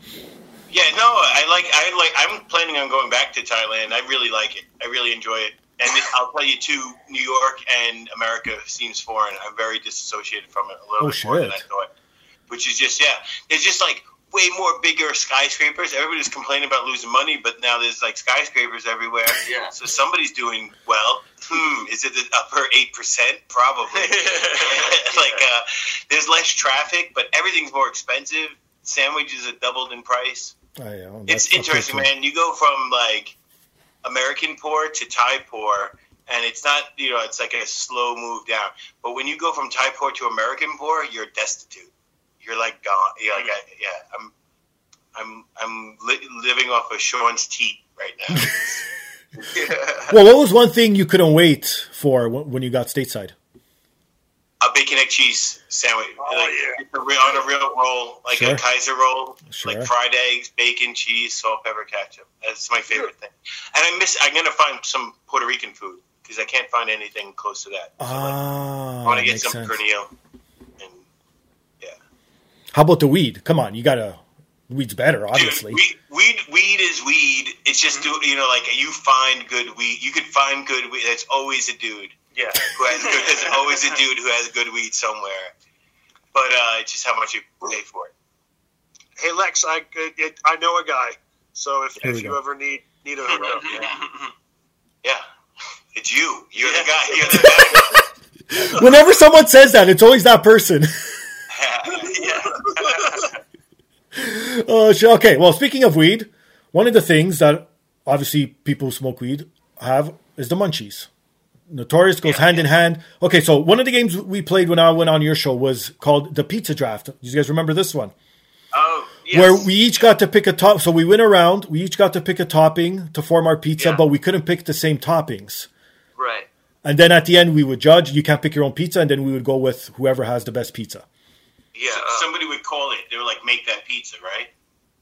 [SPEAKER 3] Yeah, no, I like I like. I'm planning on going back to Thailand. I really like it. I really enjoy it. And I'll tell you too, New York and America seems foreign. I'm very disassociated from it a little
[SPEAKER 1] Oh,
[SPEAKER 3] bit more than I
[SPEAKER 1] shit.
[SPEAKER 3] thought. Which is just yeah, there's just like way more bigger skyscrapers. Everybody's complaining about losing money, but now there's like skyscrapers everywhere.
[SPEAKER 2] Yeah.
[SPEAKER 3] So somebody's doing well. Hmm, is it the upper eight percent? Probably. like uh, there's less traffic, but everything's more expensive. Sandwiches are doubled in price
[SPEAKER 1] I, uh, that's-
[SPEAKER 3] it's
[SPEAKER 1] that's
[SPEAKER 3] interesting,
[SPEAKER 1] okay.
[SPEAKER 3] man. You go from like American poor to Thai poor, and it's not you know it's like a slow move down. But when you go from Thai poor to American poor, you're destitute. You're like gone. You're like I, yeah, I'm, I'm, I'm li- living off of Sean's teat right now.
[SPEAKER 1] Well, what was one thing you couldn't wait for when when you got stateside?
[SPEAKER 3] a bacon egg cheese sandwich.
[SPEAKER 4] Oh,
[SPEAKER 3] like,
[SPEAKER 4] yeah.
[SPEAKER 3] it's a real- on a real roll, like
[SPEAKER 1] Sure.
[SPEAKER 3] a Kaiser roll,
[SPEAKER 1] Sure.
[SPEAKER 3] like fried eggs, bacon, cheese, salt, pepper, ketchup. That's my favorite thing. And I miss. I'm gonna find some Puerto Rican food because I can't find anything close to that. So, like,
[SPEAKER 1] Ah,
[SPEAKER 3] I want to get
[SPEAKER 1] makes
[SPEAKER 3] some
[SPEAKER 1] sense.
[SPEAKER 3] pernil. And
[SPEAKER 1] How about the weed? Come on, you gotta. Weed's better, obviously.
[SPEAKER 3] Dude, weed, weed, weed is weed. It's just
[SPEAKER 4] Mm-hmm.
[SPEAKER 3] do you know like you find good weed. You could find good weed. That's always a dude.
[SPEAKER 2] Yeah.
[SPEAKER 3] who has good, there's always a dude who has good weed somewhere. But uh, it's just how much you pay for it.
[SPEAKER 4] Hey Lex, I it, it, I know a guy. So if,
[SPEAKER 1] There we
[SPEAKER 4] if you
[SPEAKER 1] go.
[SPEAKER 4] ever need need a hookup,
[SPEAKER 3] Yeah, it's you. You're the guy. You're the guy.
[SPEAKER 1] Whenever someone says that, it's always that person. Oh, sh- okay. Well, speaking of weed, one of the things that obviously people who smoke weed have is the munchies. Notorious goes hand in hand. Okay, so one of the games we played when I went on your show was called the Pizza Draft. You guys remember this one?
[SPEAKER 2] Oh, yes.
[SPEAKER 1] Where we each got to pick a top. So we went around. We each got to pick a topping to form our pizza,
[SPEAKER 2] Yeah.
[SPEAKER 1] but we couldn't pick the same toppings.
[SPEAKER 2] right.
[SPEAKER 1] And then at the end, we would judge. You can't pick your own pizza, and then we would go with whoever has the best pizza.
[SPEAKER 2] Yeah.
[SPEAKER 3] uh, Somebody would call it. They were like, "Make that pizza," right?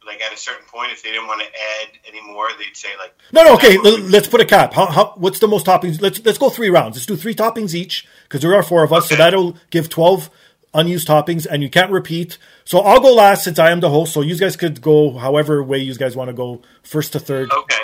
[SPEAKER 3] like at a certain point, if they didn't want to add anymore, they'd say like
[SPEAKER 1] No, no, okay. l- Let's put a cap. How, how, what's the most toppings? Let's let's go three rounds. Let's do three toppings each because there are four of us, so
[SPEAKER 3] Okay.
[SPEAKER 1] that'll give twelve unused toppings, and you can't repeat. So I'll go last since I am the host. So you guys could go however way you guys want to go, first to third.
[SPEAKER 3] okay.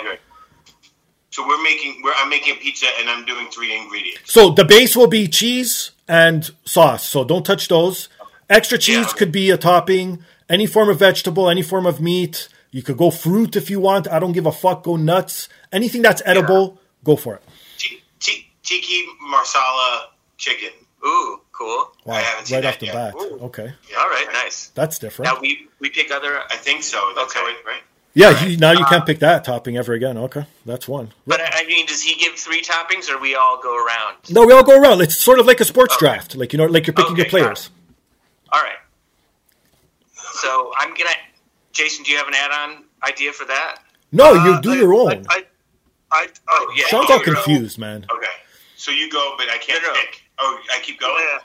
[SPEAKER 3] So we're making we're I'm making pizza and I'm doing three ingredients.
[SPEAKER 1] So the base will be cheese and sauce. So don't touch those. Extra cheese
[SPEAKER 3] Yeah.
[SPEAKER 1] could be a topping, any form of vegetable, any form of meat. You could go fruit if you want. I don't give a fuck. Go nuts. Anything that's edible, go for it.
[SPEAKER 3] Ti- ti- Tiki marsala chicken.
[SPEAKER 2] Ooh, cool.
[SPEAKER 1] Wow.
[SPEAKER 3] I haven't seen
[SPEAKER 1] Right
[SPEAKER 3] that
[SPEAKER 1] off the
[SPEAKER 3] yet.
[SPEAKER 1] bat.
[SPEAKER 4] Ooh.
[SPEAKER 1] Okay.
[SPEAKER 3] Yeah,
[SPEAKER 2] All right, nice.
[SPEAKER 1] That's different.
[SPEAKER 2] Now we we pick other.
[SPEAKER 3] I think so. That's
[SPEAKER 2] Okay.
[SPEAKER 3] how it, right?
[SPEAKER 1] Yeah, you, now you can't pick that topping ever again. Okay, that's one.
[SPEAKER 2] But I I mean, does he give three toppings, or we all go around?
[SPEAKER 1] No, we all go around. It's sort of like a sports draft. Like you know, like you're picking
[SPEAKER 2] Okay,
[SPEAKER 1] your players.
[SPEAKER 2] All right. So I'm gonna. Jason, do you have an add-on idea for that?
[SPEAKER 1] No,
[SPEAKER 4] Uh,
[SPEAKER 1] you do
[SPEAKER 4] I-
[SPEAKER 1] your own.
[SPEAKER 4] I, I, oh, I,
[SPEAKER 2] yeah.
[SPEAKER 1] Sean's
[SPEAKER 3] I-
[SPEAKER 1] all
[SPEAKER 3] I-
[SPEAKER 1] confused, man.
[SPEAKER 3] Okay. So you go, but I can't
[SPEAKER 2] No, no.
[SPEAKER 3] pick. Oh, I keep going.
[SPEAKER 4] yeah.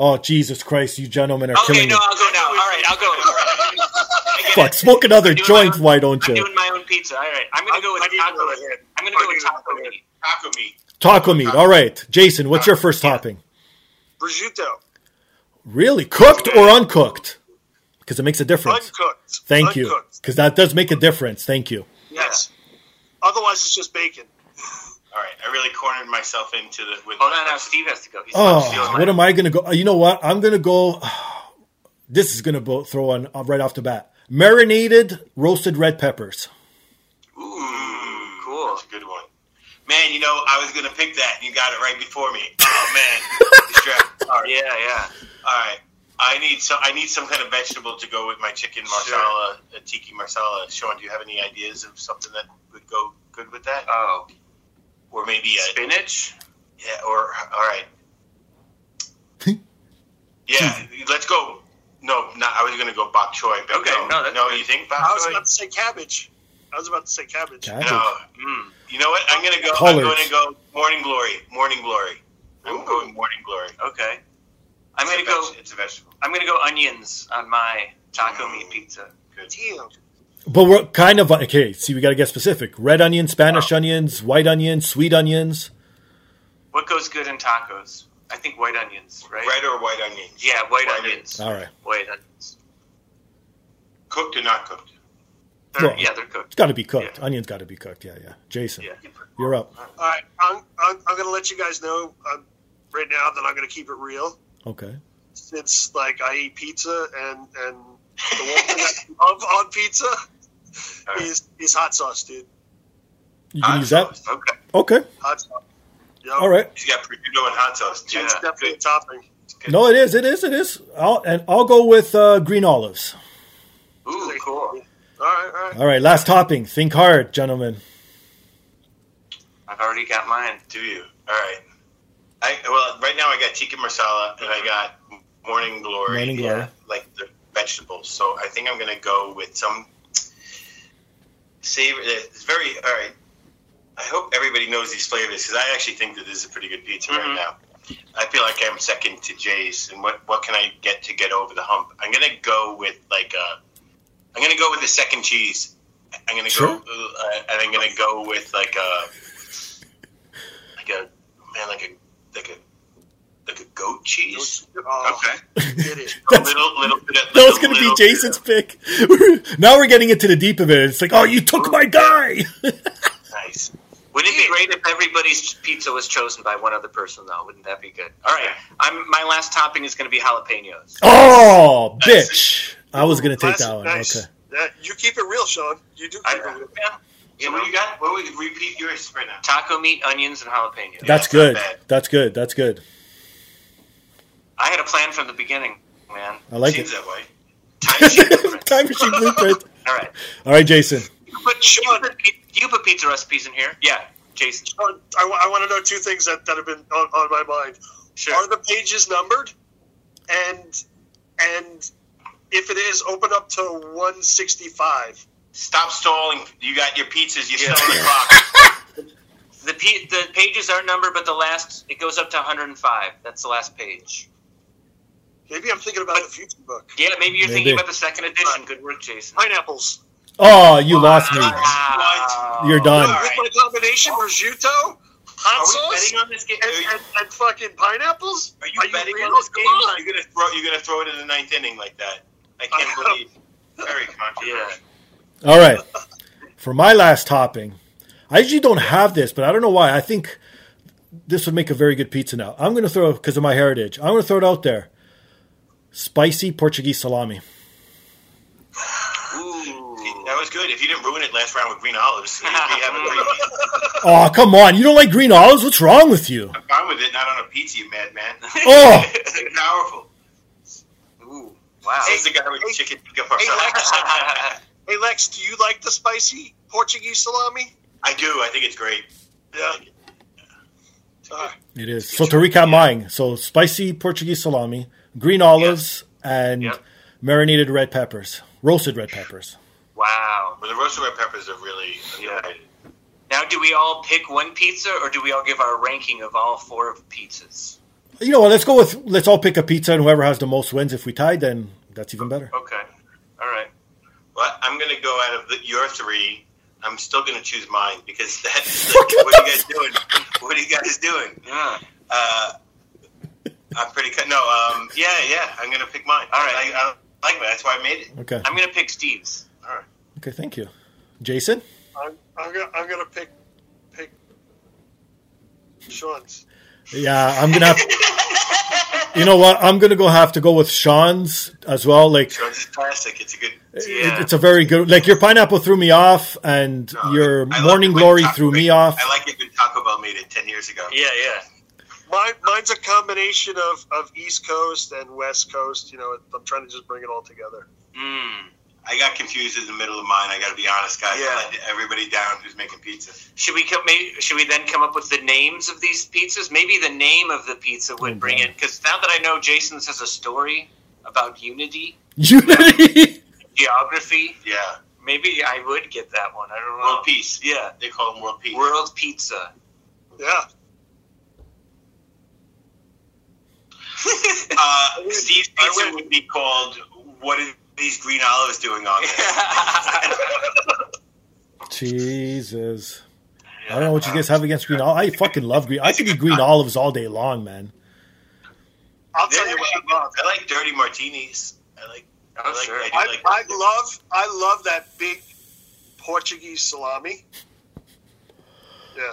[SPEAKER 1] Oh Jesus Christ, you gentlemen are
[SPEAKER 2] Okay,
[SPEAKER 1] killing
[SPEAKER 2] no,
[SPEAKER 1] me.
[SPEAKER 2] I'll go now. All right, I'll go. All right. I get it.
[SPEAKER 1] Fuck, smoke another
[SPEAKER 2] doing
[SPEAKER 1] joint,
[SPEAKER 2] my-
[SPEAKER 1] why don't
[SPEAKER 2] I'm
[SPEAKER 1] you?
[SPEAKER 2] doing my own pizza. All right, I'm gonna
[SPEAKER 4] I-
[SPEAKER 2] go with
[SPEAKER 4] I need
[SPEAKER 2] taco.
[SPEAKER 4] another
[SPEAKER 2] meat.
[SPEAKER 4] hit.
[SPEAKER 2] I'm gonna go
[SPEAKER 4] I
[SPEAKER 2] with
[SPEAKER 4] need another
[SPEAKER 2] taco
[SPEAKER 4] hit.
[SPEAKER 2] meat.
[SPEAKER 3] Taco meat.
[SPEAKER 1] Taco meat. All right, Jason, what's your first topping?
[SPEAKER 4] Prosciutto.
[SPEAKER 1] Really, cooked or uncooked? Because it makes a difference.
[SPEAKER 4] Uncooked.
[SPEAKER 1] Thank you.
[SPEAKER 4] Uncooked.
[SPEAKER 1] Because that does make a difference. Thank you.
[SPEAKER 4] Yes. Otherwise, it's just bacon.
[SPEAKER 3] All right. I really cornered myself into the. With
[SPEAKER 2] Hold on, now uh, Steve has to go. He's
[SPEAKER 1] Oh, what am I gonna go? You know what? I'm gonna go. uh, This is gonna bo- throw on uh, right off the bat. Marinated roasted red peppers.
[SPEAKER 3] Ooh,
[SPEAKER 2] Cool.
[SPEAKER 3] That's a good one. Man, you know, I was gonna pick that, and you got it right before me. Oh man. Distract. All right.
[SPEAKER 2] Yeah, yeah.
[SPEAKER 3] All right. I need so I need some kind of vegetable to go with my chicken marsala, uh, tiki marsala. Sean, do you have any ideas of something that would go good with that,
[SPEAKER 2] Oh,
[SPEAKER 3] or maybe a
[SPEAKER 2] spinach.
[SPEAKER 3] Yeah, or all right. yeah, let's go. No, not, I was going to go bok choy. But
[SPEAKER 2] Hmm. Okay,
[SPEAKER 3] no,
[SPEAKER 2] no, that's
[SPEAKER 3] no
[SPEAKER 2] good.
[SPEAKER 3] you think bok
[SPEAKER 4] I was
[SPEAKER 3] choy?
[SPEAKER 4] about to say cabbage. I was about to say cabbage.
[SPEAKER 1] Cabbage.
[SPEAKER 3] no.
[SPEAKER 2] Mm.
[SPEAKER 3] You know what? I'm going to go.
[SPEAKER 1] Colors.
[SPEAKER 3] I'm going to go morning glory. Morning glory. I'm
[SPEAKER 2] Ooh.
[SPEAKER 3] going morning glory.
[SPEAKER 2] Okay. I'm
[SPEAKER 3] It's
[SPEAKER 2] gonna
[SPEAKER 3] a
[SPEAKER 2] go.
[SPEAKER 3] veg- It's a vegetable.
[SPEAKER 2] I'm gonna go onions on my taco meat pizza.
[SPEAKER 3] Good.
[SPEAKER 4] Damn.
[SPEAKER 1] But we're kind of uh, okay. See, we gotta get specific. Red onion, Spanish onions, white onions, sweet onions.
[SPEAKER 2] What goes good in tacos? I think white onions, right?
[SPEAKER 3] Red or white onions?
[SPEAKER 2] Yeah, white,
[SPEAKER 3] White
[SPEAKER 2] onions.
[SPEAKER 1] All right,
[SPEAKER 2] White onions.
[SPEAKER 3] Cooked or not cooked?
[SPEAKER 2] They're,
[SPEAKER 1] Well,
[SPEAKER 2] yeah, they're cooked.
[SPEAKER 1] it's gotta be cooked.
[SPEAKER 2] Yeah.
[SPEAKER 1] Onions gotta be cooked. Yeah, yeah. Jason,
[SPEAKER 2] Yeah.
[SPEAKER 1] you're up.
[SPEAKER 4] All right. I'm, I'm, I'm going to let you guys know um, right now that I'm going to keep it real.
[SPEAKER 1] Okay.
[SPEAKER 4] Since, like, I eat pizza, and, and the one thing I love on pizza
[SPEAKER 3] All right.
[SPEAKER 4] is, is hot sauce, dude.
[SPEAKER 1] You can
[SPEAKER 3] Hot
[SPEAKER 1] use that.
[SPEAKER 3] sauce.
[SPEAKER 2] Okay.
[SPEAKER 1] Okay.
[SPEAKER 4] Hot sauce. Yep.
[SPEAKER 1] All right.
[SPEAKER 3] She's got prosciutto and hot sauce.
[SPEAKER 4] Yeah,
[SPEAKER 3] too.
[SPEAKER 4] it's definitely a
[SPEAKER 3] Good.
[SPEAKER 4] topping.
[SPEAKER 1] No, it is. It is. It is. I'll, and I'll go with uh, green olives.
[SPEAKER 2] Ooh, cool.
[SPEAKER 4] All right, all right.
[SPEAKER 1] All right. Last topping. Think hard, gentlemen.
[SPEAKER 2] I've already got mine.
[SPEAKER 3] Do you? All right. I well, right now I got tikka marsala and I got morning glory.
[SPEAKER 1] Morning glory.
[SPEAKER 3] yeah, like the vegetables. So I think I'm gonna go with some savor. uh, It's very all right. I hope everybody knows these flavors because I actually think that this is a pretty good pizza
[SPEAKER 2] Mhm.
[SPEAKER 3] right now. I feel like I'm second to Jay's, and what what can I get to get over the hump? I'm gonna go with like a, I'm gonna go with the second cheese. I'm gonna
[SPEAKER 1] Sure.
[SPEAKER 3] go, uh, and I'm gonna go with like a, like a man, like a like a like a goat cheese.
[SPEAKER 4] Oh,
[SPEAKER 3] Okay,
[SPEAKER 4] Get it.
[SPEAKER 3] a
[SPEAKER 1] That's-
[SPEAKER 3] little little bit. Of,
[SPEAKER 1] That was
[SPEAKER 3] little-
[SPEAKER 1] going to be
[SPEAKER 3] little bit of-
[SPEAKER 1] Jason's pick. now we're getting into the deep of it. It's like, oh, you took my guy.
[SPEAKER 3] Nice.
[SPEAKER 2] Wouldn't it be great if everybody's pizza was chosen by one other person, though? Wouldn't that be good? All right. I'm, my last topping is going to be jalapenos.
[SPEAKER 1] oh, bitch. I was going to take
[SPEAKER 4] Classic,
[SPEAKER 1] that one.
[SPEAKER 4] nice.
[SPEAKER 1] Okay.
[SPEAKER 4] That- you keep it real, Sean. You do keep
[SPEAKER 2] I-
[SPEAKER 4] it real.
[SPEAKER 2] yeah.
[SPEAKER 3] Yeah, what do you got? What would repeat yours right now?
[SPEAKER 2] Taco meat, onions, and jalapenos.
[SPEAKER 1] That's
[SPEAKER 3] it's not
[SPEAKER 1] good.
[SPEAKER 3] bad.
[SPEAKER 1] That's good. That's good.
[SPEAKER 2] I had a plan from the beginning, man.
[SPEAKER 1] I like
[SPEAKER 3] Seems
[SPEAKER 1] it.
[SPEAKER 3] that way. Time sheet.
[SPEAKER 1] Time machine blueprint.
[SPEAKER 2] All right.
[SPEAKER 1] All right, Jason.
[SPEAKER 2] But Sean, do you put pizza recipes in here? Yeah, Jason.
[SPEAKER 4] Sean, I, want to know two things that, that have been on, on my mind.
[SPEAKER 2] Sure.
[SPEAKER 4] Are the pages numbered? And and if it is, open up to 165.
[SPEAKER 3] Stop stalling. You got your pizzas. You're
[SPEAKER 2] Yeah.
[SPEAKER 3] selling the clock.
[SPEAKER 2] The p- the pages aren't numbered, but the last it goes up to 105. That's the last page.
[SPEAKER 4] Maybe I'm thinking about a future book.
[SPEAKER 2] Yeah, maybe you're
[SPEAKER 1] Maybe.
[SPEAKER 2] thinking about the second edition. Good work, Jason.
[SPEAKER 4] Pineapples.
[SPEAKER 1] Oh, you lost me.
[SPEAKER 2] Wow.
[SPEAKER 1] You're done.
[SPEAKER 4] With my combination prosciutto, hot
[SPEAKER 3] Are we
[SPEAKER 4] sauce,
[SPEAKER 3] betting on this game? Are
[SPEAKER 4] and,
[SPEAKER 3] you,
[SPEAKER 4] and, and fucking pineapples.
[SPEAKER 3] are you betting
[SPEAKER 4] real?
[SPEAKER 3] on this game?
[SPEAKER 4] Come on.
[SPEAKER 3] You're gonna throw. You're gonna throw it in the ninth inning like that. I can't
[SPEAKER 4] I know.
[SPEAKER 3] believe. Very controversial.
[SPEAKER 2] Yeah.
[SPEAKER 1] All right. For my last topping, I usually don't have this, but I don't know why. I think this would make a very good pizza now. I'm going to throw, because of my heritage, I'm going to throw it out there. Spicy Portuguese salami.
[SPEAKER 2] Ooh.
[SPEAKER 3] That was good. If you didn't ruin it last round with green olives, you'd be having a great game.
[SPEAKER 1] Oh, come on. You don't like green olives? What's wrong with you?
[SPEAKER 3] I'm fine with it, not on a pizza, you madman.
[SPEAKER 1] Oh,
[SPEAKER 3] It's powerful.
[SPEAKER 4] Ooh, wow.
[SPEAKER 3] Says the guy with the chicken tikka masala.
[SPEAKER 4] Hey Lex, do you like the spicy Portuguese salami?
[SPEAKER 3] I do. I think it's great.
[SPEAKER 4] Yeah.
[SPEAKER 3] Like,
[SPEAKER 4] Uh,
[SPEAKER 1] it is. Soterica mine. So spicy Portuguese salami, green olives, and
[SPEAKER 2] Yep.
[SPEAKER 1] marinated red peppers, roasted red peppers.
[SPEAKER 2] Wow.
[SPEAKER 3] But the roasted red peppers are really
[SPEAKER 2] Yeah.
[SPEAKER 3] underrated.
[SPEAKER 2] Now, do we all pick one pizza, or do we all give our ranking of all four of pizzas?
[SPEAKER 1] You know what? Let's go with, let's all pick a pizza, and whoever has the most wins, if we tie, then that's even better.
[SPEAKER 2] Okay. All right.
[SPEAKER 3] Well, I'm gonna go out of the, your three. I'm still gonna choose mine because that's
[SPEAKER 1] Fuck, what
[SPEAKER 3] what are
[SPEAKER 1] the
[SPEAKER 3] you guys doing? What are you guys doing?
[SPEAKER 2] Yeah.
[SPEAKER 3] Uh, I'm pretty cut. No, um, yeah, yeah. I'm gonna pick mine. All right, I, I like it. That's why I made it.
[SPEAKER 1] Okay.
[SPEAKER 2] I'm gonna pick Steve's.
[SPEAKER 3] All right.
[SPEAKER 1] Okay, thank you. Jason?
[SPEAKER 4] I'm, I'm gonna I'm gonna pick pick Sean's.
[SPEAKER 1] Yeah, I'm gonna. Have you know what? I'm gonna go have to go with Sean's as well. Like
[SPEAKER 3] Drugs is classic. It's a good.
[SPEAKER 1] it, it's a very good. Like your pineapple threw me off, and
[SPEAKER 3] No,
[SPEAKER 1] your
[SPEAKER 3] uh, I like
[SPEAKER 1] morning
[SPEAKER 3] it when
[SPEAKER 1] glory
[SPEAKER 3] Taco
[SPEAKER 1] threw me
[SPEAKER 3] Bell-
[SPEAKER 1] off.
[SPEAKER 3] I like it when Taco Bell made it ten years ago.
[SPEAKER 2] Yeah, yeah.
[SPEAKER 4] Mine, mine's a combination of, of East Coast and West Coast. You know, I'm trying to just bring it all together.
[SPEAKER 2] Mm.
[SPEAKER 3] I got confused in the middle of mine. I got to be honest, guys.
[SPEAKER 4] Yeah.
[SPEAKER 3] I let everybody down who's making pizza.
[SPEAKER 2] Should we come? Maybe, should we then come up with the names of these pizzas? Maybe the name of the pizza would bring it. Because now that I know Jason's has a story about unity,
[SPEAKER 1] Unity.
[SPEAKER 2] geography,
[SPEAKER 3] Yeah,
[SPEAKER 2] maybe I would get that one. I don't know.
[SPEAKER 3] world peace.
[SPEAKER 2] Yeah.
[SPEAKER 3] They call them world peace.
[SPEAKER 2] World Pizza.
[SPEAKER 4] Yeah.
[SPEAKER 3] Uh, Steve's
[SPEAKER 4] I
[SPEAKER 3] pizza
[SPEAKER 4] went-
[SPEAKER 3] would be called "What Is These Green Olives Doing On This?"
[SPEAKER 1] Jesus. I don't know what you guys have against green olives. I fucking love green. I could eat green olives all day long, man.
[SPEAKER 4] I'll
[SPEAKER 3] They're
[SPEAKER 4] tell you what
[SPEAKER 3] actually
[SPEAKER 4] I love.
[SPEAKER 3] good. I like dirty martinis. I like. I
[SPEAKER 2] Oh,
[SPEAKER 3] like.
[SPEAKER 2] sure.
[SPEAKER 3] I do
[SPEAKER 4] I,
[SPEAKER 3] like.
[SPEAKER 4] I love I love that big Portuguese salami. Yeah.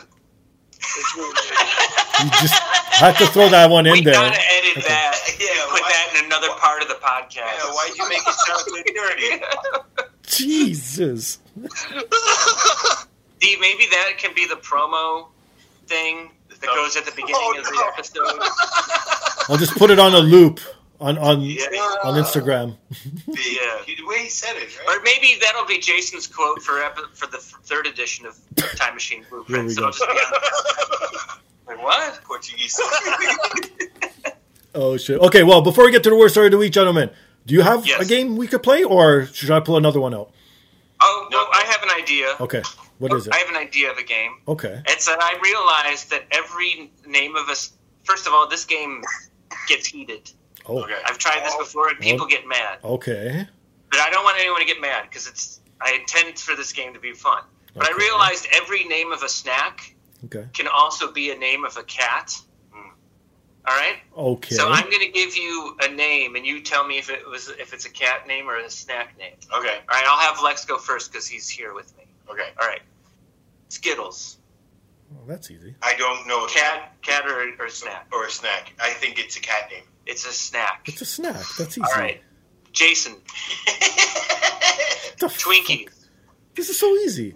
[SPEAKER 4] It's really good.
[SPEAKER 1] You just had to throw that one
[SPEAKER 2] we
[SPEAKER 1] in there.
[SPEAKER 2] gotta edit that.
[SPEAKER 3] Yeah,
[SPEAKER 2] Put
[SPEAKER 3] why-
[SPEAKER 2] that in another
[SPEAKER 3] why-
[SPEAKER 2] part of the podcast.
[SPEAKER 3] Yeah, why'd you make it sound so dirty?
[SPEAKER 1] Jesus.
[SPEAKER 2] D, maybe that can be the promo thing that
[SPEAKER 3] Oh.
[SPEAKER 2] goes at the beginning
[SPEAKER 4] Oh,
[SPEAKER 2] of the
[SPEAKER 4] no.
[SPEAKER 2] episode.
[SPEAKER 1] I'll just put it on a loop on on
[SPEAKER 3] Yeah,
[SPEAKER 1] on Instagram.
[SPEAKER 3] yeah. The way he said it, right?
[SPEAKER 2] Or maybe that'll be Jason's quote for epi- for the third edition of Time Machine
[SPEAKER 1] Here
[SPEAKER 2] Blueprint.
[SPEAKER 1] we
[SPEAKER 2] So
[SPEAKER 1] go.
[SPEAKER 2] I'll just be like, what?
[SPEAKER 3] Portuguese.
[SPEAKER 1] Oh shit. Okay. Well, before we get to the worst story of the week, gentlemen, do you have
[SPEAKER 2] Yes.
[SPEAKER 1] a game we could play, or should I pull another one out?
[SPEAKER 2] Oh, no,
[SPEAKER 3] No.
[SPEAKER 2] I have an idea.
[SPEAKER 1] Okay. What is it?
[SPEAKER 2] I have an idea of a game.
[SPEAKER 1] Okay.
[SPEAKER 2] It's that I realized that every name of us. First of all, this game gets heated.
[SPEAKER 1] Oh.
[SPEAKER 3] Okay.
[SPEAKER 2] I've tried this before, and people get mad.
[SPEAKER 1] Okay.
[SPEAKER 2] But I don't want anyone to get mad because it's. I intend for this game to be fun. But I
[SPEAKER 1] Okay.
[SPEAKER 2] realized every name of a snack
[SPEAKER 1] Okay.
[SPEAKER 2] can also be a name of a cat. All right.
[SPEAKER 1] Okay.
[SPEAKER 2] So I'm going to give you a name, and you tell me if it was if it's a cat name or a snack name.
[SPEAKER 3] Okay.
[SPEAKER 2] All right. I'll have Lex go first because he's here with me.
[SPEAKER 3] Okay.
[SPEAKER 2] All right. Skittles,
[SPEAKER 1] Well, Oh, that's easy.
[SPEAKER 3] I don't know a
[SPEAKER 2] cat, cat or, or snack.
[SPEAKER 3] or a snack. I think it's a cat name.
[SPEAKER 2] It's a snack.
[SPEAKER 1] It's a snack. That's easy.
[SPEAKER 2] All right. Jason,
[SPEAKER 1] What the
[SPEAKER 2] Twinkies.
[SPEAKER 1] fuck? This is so easy.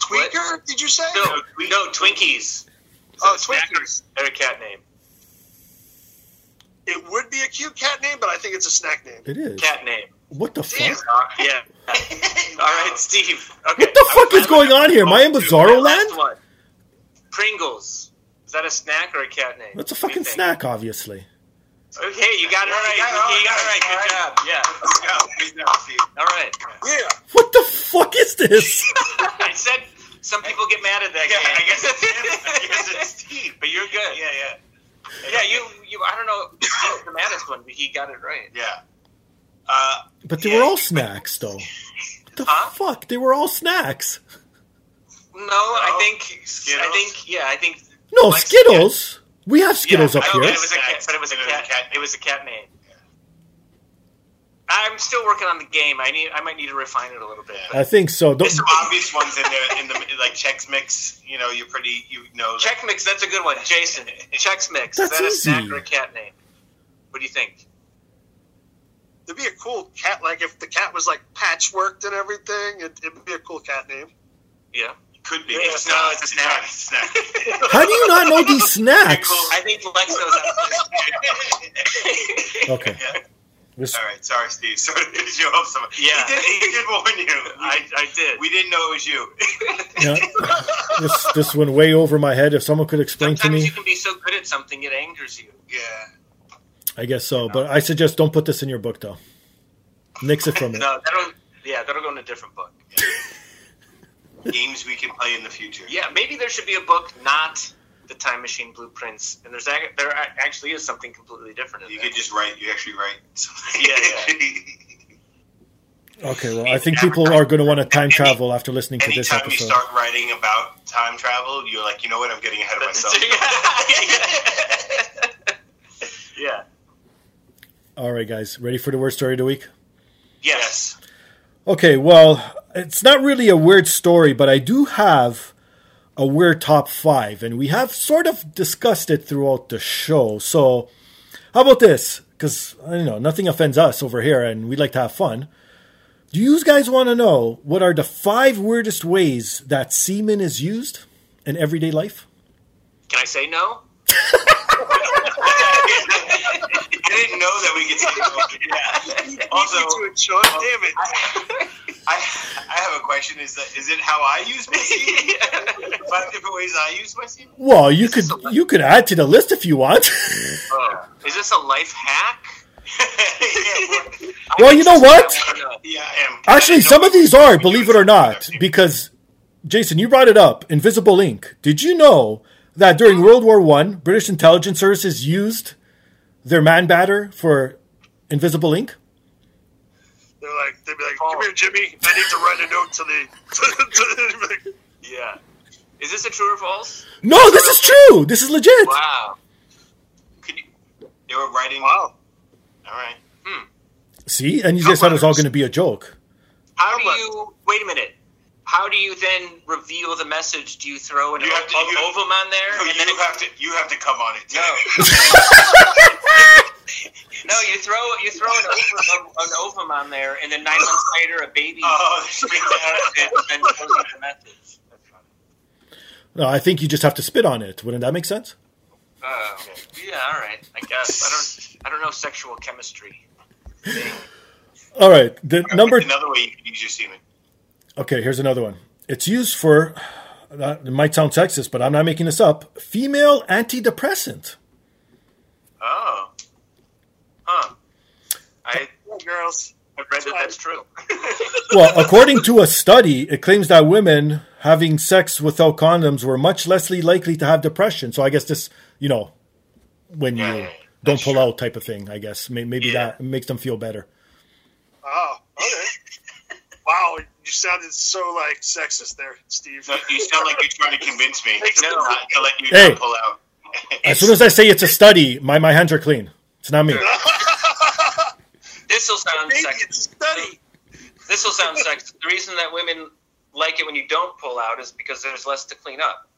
[SPEAKER 4] Tweaker, did you say?
[SPEAKER 2] No, no, Twinkies. Is it
[SPEAKER 4] Oh,
[SPEAKER 2] a snack
[SPEAKER 4] Twinkies.
[SPEAKER 2] or- Or a cat name.
[SPEAKER 4] It would be a cute cat name, but I think it's a snack name.
[SPEAKER 1] It is.
[SPEAKER 2] Cat name.
[SPEAKER 1] What the
[SPEAKER 2] Yeah.
[SPEAKER 1] fuck?
[SPEAKER 2] yeah. All right, Steve. Okay.
[SPEAKER 1] What the fuck is going on here? Am I in Bizarro
[SPEAKER 2] Last
[SPEAKER 1] Land?
[SPEAKER 2] one. Pringles. Is that a snack or a cat name?
[SPEAKER 1] That's a
[SPEAKER 2] What do you
[SPEAKER 1] fucking
[SPEAKER 2] think?
[SPEAKER 1] snack, obviously.
[SPEAKER 2] Okay, you got it
[SPEAKER 3] Yeah,
[SPEAKER 2] right.
[SPEAKER 3] you got it
[SPEAKER 2] You got it right.
[SPEAKER 3] right.
[SPEAKER 2] Good
[SPEAKER 3] All
[SPEAKER 2] job. Yeah.
[SPEAKER 3] Let's go. Please no, Steve.
[SPEAKER 2] All right.
[SPEAKER 4] Yeah.
[SPEAKER 1] What the fuck is this?
[SPEAKER 2] I said some people get mad at that
[SPEAKER 3] Yeah,
[SPEAKER 2] game.
[SPEAKER 3] I guess it's him. I guess it's Steve.
[SPEAKER 2] But you're good.
[SPEAKER 3] Yeah, yeah,
[SPEAKER 2] Yeah, you, you. I don't know. He's the maddest one, but he got it right.
[SPEAKER 3] yeah. Uh,
[SPEAKER 1] But they were all snacks, though. the
[SPEAKER 2] Huh?
[SPEAKER 1] fuck? They were all snacks.
[SPEAKER 2] No, I think
[SPEAKER 3] Oh, Skittles?
[SPEAKER 2] I think yeah, I think
[SPEAKER 1] No,
[SPEAKER 2] Like
[SPEAKER 1] Skittles. We have Skittles
[SPEAKER 3] Yeah,
[SPEAKER 1] up
[SPEAKER 3] I
[SPEAKER 2] No,
[SPEAKER 1] here.
[SPEAKER 2] but
[SPEAKER 3] don't
[SPEAKER 2] it was a cat. But it was a
[SPEAKER 3] It was a
[SPEAKER 2] cat.
[SPEAKER 3] cat.
[SPEAKER 2] It was a cat name. I'm still working on the game. I need. I might need to refine it a little bit.
[SPEAKER 1] I think so. Don't,
[SPEAKER 3] There's some obvious ones in there in the like Chex Mix. You know, you're pretty. You know,
[SPEAKER 2] Check mix. That's a good one, Jason. Chex mix.
[SPEAKER 1] That's
[SPEAKER 2] Is that a snack
[SPEAKER 1] easy.
[SPEAKER 2] or a cat name? What do you think?
[SPEAKER 4] It'd be a cool cat. Like if the cat was like patchworked and everything, it, it'd be a cool cat name.
[SPEAKER 2] Yeah.
[SPEAKER 3] it could be.
[SPEAKER 2] Yeah,
[SPEAKER 3] It's
[SPEAKER 2] no,
[SPEAKER 3] not.
[SPEAKER 2] it's a
[SPEAKER 3] It's
[SPEAKER 2] snack.
[SPEAKER 3] not. It's not.
[SPEAKER 1] how do you not know these snacks?
[SPEAKER 2] I think Lex knows that.
[SPEAKER 1] Okay.
[SPEAKER 3] Yeah.
[SPEAKER 1] This-
[SPEAKER 3] All right. Sorry, Steve. Sorry to piss you off so much.
[SPEAKER 2] Yeah.
[SPEAKER 3] He did, he did warn you.
[SPEAKER 2] I, I did.
[SPEAKER 3] we didn't know it was you.
[SPEAKER 1] yeah. this this went way over my head. If someone could explain to
[SPEAKER 2] Sometimes
[SPEAKER 1] me,
[SPEAKER 2] you can be so good at something it angers you.
[SPEAKER 3] Yeah.
[SPEAKER 1] I guess so. But I suggest don't put this in your book, though. Nix it from it.
[SPEAKER 2] No, that'll yeah, that'll go in a different book.
[SPEAKER 3] Games we can play in the future.
[SPEAKER 2] Yeah, maybe there should be a book not the time machine blueprints, and there's ac- there ac- actually is something completely different. In
[SPEAKER 3] You
[SPEAKER 2] there.
[SPEAKER 3] could just write. You actually write. something.
[SPEAKER 2] Yeah, yeah.
[SPEAKER 1] Okay, well, I think people are going to want to time travel after listening to this
[SPEAKER 3] Anytime you
[SPEAKER 1] episode.
[SPEAKER 3] start writing about time travel, you're like, you know what? I'm getting ahead of myself.
[SPEAKER 2] yeah.
[SPEAKER 1] All right, guys, ready for the word story of the week?
[SPEAKER 3] yes.
[SPEAKER 1] Okay, well, it's not really a weird story, but I do have a weird top five, and we have sort of discussed it throughout the show. So, how about this? Because, I don't know, nothing offends us over here, and we like to have fun. Do you guys want to know what are the five weirdest ways that semen is used in everyday life?
[SPEAKER 2] Can I say no?
[SPEAKER 3] I didn't know that we could take. yeah. Also,
[SPEAKER 4] Easy to enjoy. Damn it!
[SPEAKER 3] I I have a question. Is that is it how I use my semen? Five different ways I use my semen.
[SPEAKER 1] Well, you could
[SPEAKER 2] a-
[SPEAKER 1] you could add to the list if you want.
[SPEAKER 2] Oh. Is this a life hack?
[SPEAKER 3] yeah,
[SPEAKER 1] well, you know what?
[SPEAKER 2] No.
[SPEAKER 3] yeah, I am.
[SPEAKER 1] Actually, some of these are, believe it or not,
[SPEAKER 3] Be-
[SPEAKER 1] because Jason, you brought it up. Invisible ink. Did you know that during World War One, British intelligence services used their man batter for invisible ink?
[SPEAKER 4] They're like, they'd be like, "Come here, Jimmy. I need to write a note to the." to, to,
[SPEAKER 2] Yeah. Is this a true or false?
[SPEAKER 1] No, this is true. This is legit.
[SPEAKER 2] Wow.
[SPEAKER 3] Could you, they were writing.
[SPEAKER 4] wow.
[SPEAKER 3] All right.
[SPEAKER 1] See, and you just thought it was all going to be a joke.
[SPEAKER 2] How do
[SPEAKER 4] How much?
[SPEAKER 2] you wait a minute? How do you then reveal the message? Do you throw an
[SPEAKER 3] You have to-
[SPEAKER 2] o-
[SPEAKER 3] you-
[SPEAKER 2] ovum on there? and
[SPEAKER 3] No,
[SPEAKER 2] then
[SPEAKER 3] Oh, you
[SPEAKER 2] it-
[SPEAKER 3] have to. You have to come on it.
[SPEAKER 2] No. no, you throw you throw an ovum, an ovum on there, and then nine months later, a baby.
[SPEAKER 3] Oh, there's been that.
[SPEAKER 2] comes out and throws out the message.
[SPEAKER 1] No, Uh, I think you just have to spit on it. Wouldn't that make sense?
[SPEAKER 2] Oh, yeah, all right. I guess I don't. I don't know sexual chemistry.
[SPEAKER 1] All right. The number.
[SPEAKER 3] Another way you can use your semen.
[SPEAKER 1] Okay, here's another one. It's used for. Uh, it might sound sexist, but I'm not making this up. Female antidepressant.
[SPEAKER 2] Oh, huh? I
[SPEAKER 4] Come on, girls.
[SPEAKER 2] I read that that's true.
[SPEAKER 1] Well, according to a study, it claims that women having sex without condoms were much less likely to have depression. So I guess this, you know, when
[SPEAKER 3] Yeah, yeah,
[SPEAKER 1] you
[SPEAKER 3] yeah.
[SPEAKER 1] don't
[SPEAKER 3] That's
[SPEAKER 1] pull
[SPEAKER 3] true.
[SPEAKER 1] out type of thing, I guess May- maybe
[SPEAKER 3] Yeah.
[SPEAKER 1] that makes them feel better.
[SPEAKER 4] Oh, okay. wow, you sounded so like sexist there, Steve.
[SPEAKER 3] No, you sound like you're trying to convince me to,
[SPEAKER 4] No.
[SPEAKER 3] not, to let you
[SPEAKER 1] Hey.
[SPEAKER 3] not pull out.
[SPEAKER 1] As soon as I say it's a study, my my hands are clean. It's not me.
[SPEAKER 2] This will sound
[SPEAKER 4] Maybe
[SPEAKER 2] sexist.
[SPEAKER 4] it's study.
[SPEAKER 2] This will sound sexist. The reason that women like it when you don't pull out is because there's less to clean up.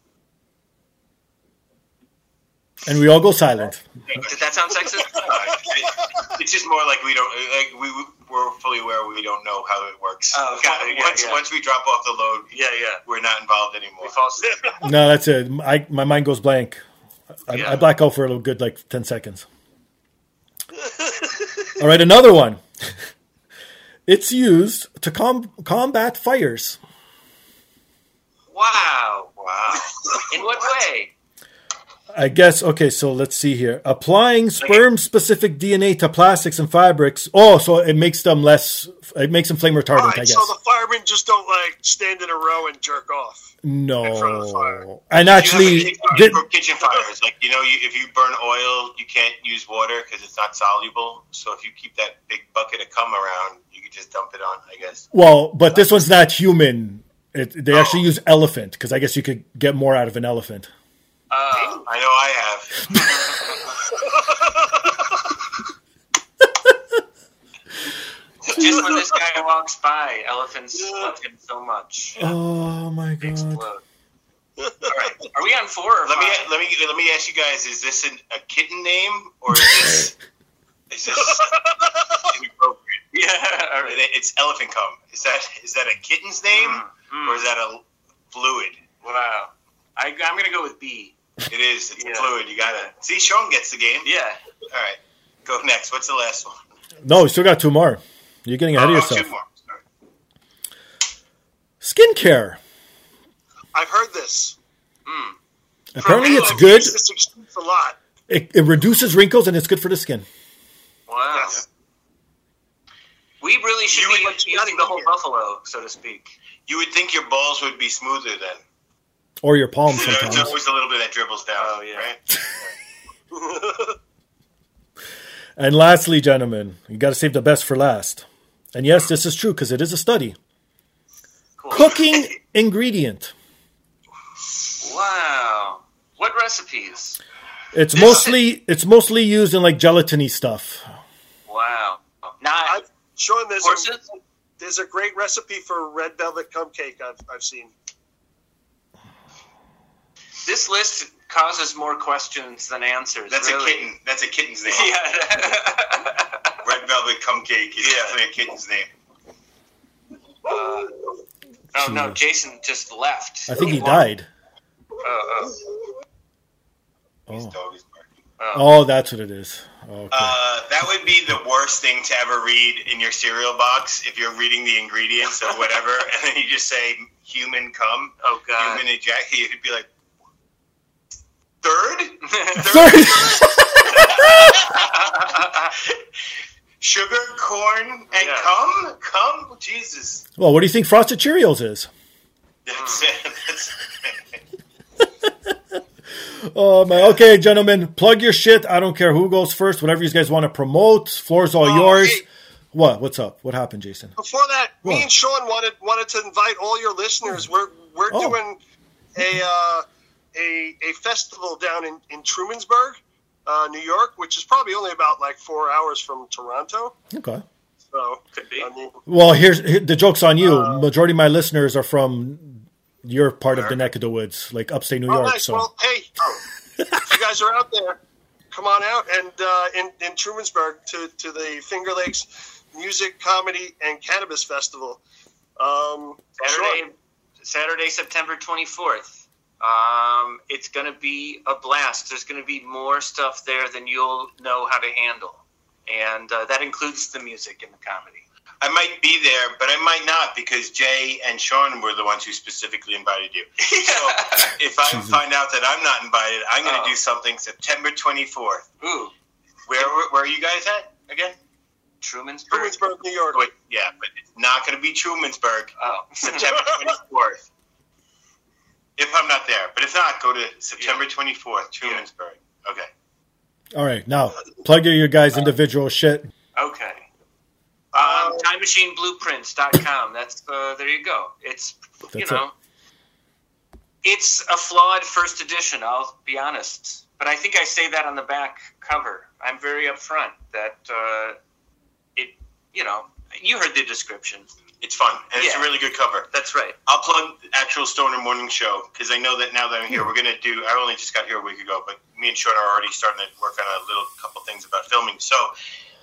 [SPEAKER 1] And we all go silent.
[SPEAKER 2] Did that sound sexist?
[SPEAKER 3] It- it's just more like we don't like we we're fully aware we don't know how it works.
[SPEAKER 2] Oh, okay, yeah,
[SPEAKER 3] once
[SPEAKER 2] yeah.
[SPEAKER 3] once we drop off the load,
[SPEAKER 2] Yeah, yeah.
[SPEAKER 3] we're not involved anymore.
[SPEAKER 2] We fall asleep.
[SPEAKER 1] No, that's it. I, my mind goes blank. I, I
[SPEAKER 3] Yeah.
[SPEAKER 1] black out for a good like 10 seconds. All right, another one. It's used to com- combat fires.
[SPEAKER 2] Wow.
[SPEAKER 3] Wow.
[SPEAKER 2] In what, way?
[SPEAKER 1] I guess okay, so let's see here. Applying sperm specific DNA to plastics and fabrics. Oh, so it makes them less it makes them flame retardant,
[SPEAKER 4] All
[SPEAKER 1] I
[SPEAKER 4] right,
[SPEAKER 1] guess.
[SPEAKER 4] so the firemen just don't like stand in a row and jerk off. in front of the fire.
[SPEAKER 1] no. And
[SPEAKER 3] You
[SPEAKER 1] actually
[SPEAKER 3] have a
[SPEAKER 1] did,
[SPEAKER 3] kitchen, for kitchen fires, like you know, you, if you burn oil, you can't use water because it's not soluble. So if you keep that big bucket of cum around, you could just dump it on, I guess.
[SPEAKER 1] Well, but this one's not human. It,
[SPEAKER 4] Oh.
[SPEAKER 1] they actually use elephant because I guess you could get more out of an elephant.
[SPEAKER 2] Uh,
[SPEAKER 3] I know I have.
[SPEAKER 2] just when this guy walks by, elephants love him so much.
[SPEAKER 1] Oh my
[SPEAKER 2] They
[SPEAKER 1] god!
[SPEAKER 2] explode. All right, are we on four or
[SPEAKER 3] Let me
[SPEAKER 2] five?
[SPEAKER 3] let me let me ask you guys: Is this an, a kitten name or is this is this inappropriate?
[SPEAKER 2] Yeah, all right.
[SPEAKER 3] It's elephant cum. Is that is that a kitten's name
[SPEAKER 2] Mm,
[SPEAKER 3] or is that a fluid?
[SPEAKER 2] Wow. I, I'm going to go with B.
[SPEAKER 3] It is. It's
[SPEAKER 2] Yeah.
[SPEAKER 3] a fluid. You gotta see. Sean gets the game.
[SPEAKER 2] Yeah.
[SPEAKER 3] All right. Go next. What's the last one?
[SPEAKER 1] No, you still got two more. You're getting ahead of
[SPEAKER 4] Uh,
[SPEAKER 3] Oh, two
[SPEAKER 1] yourself.
[SPEAKER 3] more. Sorry.
[SPEAKER 1] Skincare.
[SPEAKER 4] Uh, I've heard this.
[SPEAKER 1] Apparently, it's
[SPEAKER 4] I've
[SPEAKER 1] good.
[SPEAKER 4] used This excuse a lot.
[SPEAKER 1] It, it reduces wrinkles and it's good for the skin.
[SPEAKER 2] Wow.
[SPEAKER 4] Yes.
[SPEAKER 2] We really should
[SPEAKER 4] You
[SPEAKER 2] be
[SPEAKER 4] would- you
[SPEAKER 2] using the
[SPEAKER 4] gotta go
[SPEAKER 2] whole
[SPEAKER 4] here.
[SPEAKER 2] buffalo, so to speak.
[SPEAKER 3] You would think your balls would be smoother then.
[SPEAKER 1] Or your palm
[SPEAKER 3] There's
[SPEAKER 1] sometimes.
[SPEAKER 3] always a little bit that dribbles down.
[SPEAKER 2] Oh, yeah.
[SPEAKER 3] Right?
[SPEAKER 1] And lastly, gentlemen, you got to save the best for last. And yes, this is true because it is a study.
[SPEAKER 2] Cool.
[SPEAKER 1] Cooking ingredient.
[SPEAKER 2] Wow. What recipes?
[SPEAKER 1] It's mostly it's mostly used in like gelatiny stuff.
[SPEAKER 2] Wow.
[SPEAKER 4] I've
[SPEAKER 2] Not
[SPEAKER 4] shown this.
[SPEAKER 2] horses?
[SPEAKER 4] There's a great recipe for red velvet cupcake I've, I've seen.
[SPEAKER 2] This list causes more questions than answers.
[SPEAKER 3] That's
[SPEAKER 2] really.
[SPEAKER 3] a kitten. That's a kitten's name.
[SPEAKER 2] Yeah.
[SPEAKER 3] Red velvet cupcake is definitely a kitten's name.
[SPEAKER 2] oh, no. Jason just left.
[SPEAKER 1] I think he
[SPEAKER 2] won.
[SPEAKER 1] died.
[SPEAKER 2] Oh,
[SPEAKER 3] His
[SPEAKER 1] Oh,
[SPEAKER 3] dog is barking.
[SPEAKER 2] oh, oh.
[SPEAKER 1] oh that's what it is. Okay.
[SPEAKER 3] Uh, that would be the worst thing to ever read in your cereal box if you're reading the ingredients of whatever, and then you just say human cum,
[SPEAKER 2] Oh, God.
[SPEAKER 3] human ejac. You'd be like, third,
[SPEAKER 1] Sorry.
[SPEAKER 3] sugar, corn, and
[SPEAKER 2] Yeah.
[SPEAKER 3] cum, cum. Jesus,
[SPEAKER 1] well, what do you think Frosted Cheerios is?
[SPEAKER 3] that's, that's
[SPEAKER 1] Oh man. Okay, gentlemen, plug your shit. I don't care who goes first. Whatever you guys want to promote, floor's all
[SPEAKER 4] Oh,
[SPEAKER 1] yours.
[SPEAKER 4] hey.
[SPEAKER 1] What? What's up? What happened, Jason?
[SPEAKER 4] Before that,
[SPEAKER 1] What?
[SPEAKER 4] me and Sean wanted wanted to invite all your listeners. We're we're
[SPEAKER 1] Oh.
[SPEAKER 4] doing a uh, a a festival down in in Trumansburg, uh, New York, which is probably only about like four hours from Toronto.
[SPEAKER 1] Okay.
[SPEAKER 4] So
[SPEAKER 2] Could be.
[SPEAKER 4] I mean,
[SPEAKER 1] Well, here's here, the joke's on you. Majority of my listeners are from your part of the neck of the woods, like upstate New
[SPEAKER 4] oh,
[SPEAKER 1] York.
[SPEAKER 4] nice.
[SPEAKER 1] So
[SPEAKER 4] Well, hey, if you guys are out there, come on out and uh, in in Trumansburg to to the Finger Lakes Music, Comedy, and Cannabis Festival. Um,
[SPEAKER 2] Saturday,
[SPEAKER 4] Sean,
[SPEAKER 2] Saturday, September 24th. Um, it's going to be a blast. There's going to be more stuff there than you'll know how to handle. And uh, that includes the music and the comedy.
[SPEAKER 3] I might be there, but I might not because Jay and Sean were the ones who specifically invited you. So if I find out that I'm not invited, I'm going to
[SPEAKER 2] Oh.
[SPEAKER 3] do something September 24th.
[SPEAKER 2] Ooh,
[SPEAKER 3] Where, where, where are you guys at again?
[SPEAKER 2] Trumansburg.
[SPEAKER 4] Trumansburg, New York.
[SPEAKER 3] Wait, yeah, but it's not going to be Trumansburg.
[SPEAKER 2] Oh,
[SPEAKER 3] September 24th. If I'm not there, but if not, go to September 24th, Trumansburg. Okay.
[SPEAKER 1] all right, now plug your, your guys' individual shit.
[SPEAKER 2] okay. Um, TimeMachineBlueprints.com. That's uh, there you go. It's you
[SPEAKER 1] That's
[SPEAKER 2] know, it's a flawed first edition. I'll be honest, but I think I say that on the back cover. I'm very upfront that uh, it. You know, you heard the description.
[SPEAKER 3] It's fun, and it's a
[SPEAKER 2] Yeah.
[SPEAKER 3] really good cover.
[SPEAKER 2] That's right.
[SPEAKER 3] I'll plug the actual Stoner Morning Show because I know that now that I'm here, we're gonna do. I only just got here a week ago, but me and Sean are already starting to work on a little couple things about filming. So,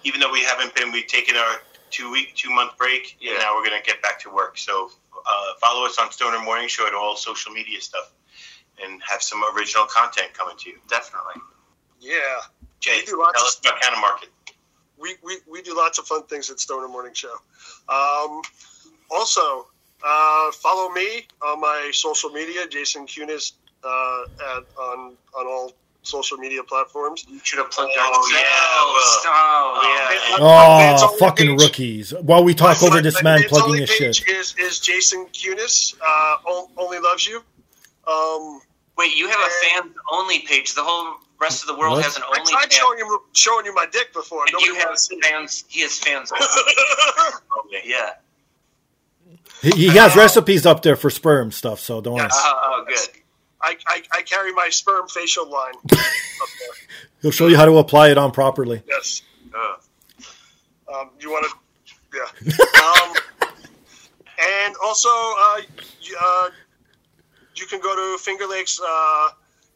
[SPEAKER 3] even though we haven't been, we've taken our two week, two month break,
[SPEAKER 2] Yeah.
[SPEAKER 3] and now we're gonna get back to work. So, uh, follow us on Stoner Morning Show at all social media stuff, and have some original content coming to you. Definitely,
[SPEAKER 4] Yeah.
[SPEAKER 3] Jay.
[SPEAKER 4] We do
[SPEAKER 3] Tell
[SPEAKER 4] lots of
[SPEAKER 3] us about Counter Market.
[SPEAKER 4] we, we, we do lots of fun things at Stoner Morning Show. Um, also, uh, follow me on my social media, Jason Cunis, uh, at, on on all social media platforms.
[SPEAKER 2] You should have plugged
[SPEAKER 3] Oh,
[SPEAKER 2] ourselves.
[SPEAKER 3] yeah, well.
[SPEAKER 2] Oh,
[SPEAKER 3] Oh,
[SPEAKER 2] yeah.
[SPEAKER 3] man.
[SPEAKER 4] That's
[SPEAKER 1] Oh,
[SPEAKER 4] all
[SPEAKER 1] fucking
[SPEAKER 4] page.
[SPEAKER 1] rookies! While we talk
[SPEAKER 4] My-
[SPEAKER 1] over
[SPEAKER 4] my-
[SPEAKER 1] this
[SPEAKER 4] my
[SPEAKER 1] man
[SPEAKER 4] man's
[SPEAKER 1] plugging
[SPEAKER 4] only
[SPEAKER 1] his
[SPEAKER 4] page
[SPEAKER 1] shit.
[SPEAKER 4] Is, is Jason Cunis, uh, on- only loves you. Um,
[SPEAKER 2] Wait, you have a
[SPEAKER 4] Uh,
[SPEAKER 2] fan only page. The whole rest of the world
[SPEAKER 1] What?
[SPEAKER 2] has an
[SPEAKER 4] I
[SPEAKER 2] only fan.
[SPEAKER 4] tried showing you, showing you my dick before.
[SPEAKER 2] And
[SPEAKER 4] Nobody
[SPEAKER 2] you have
[SPEAKER 4] wants to see it.
[SPEAKER 2] fans. He has fans. only.
[SPEAKER 3] Okay. yeah.
[SPEAKER 1] He, he has recipes up there for sperm stuff, so don't worry.
[SPEAKER 4] Yes.
[SPEAKER 2] Uh,
[SPEAKER 3] Oh, oh, good.
[SPEAKER 4] I, I, I carry my sperm facial line up there.
[SPEAKER 1] He'll show you how to apply it on properly.
[SPEAKER 4] Yes.
[SPEAKER 3] Ugh.
[SPEAKER 4] Um, you want to, yeah. Um, and also, uh, you, uh, you can go to Finger Lakes uh,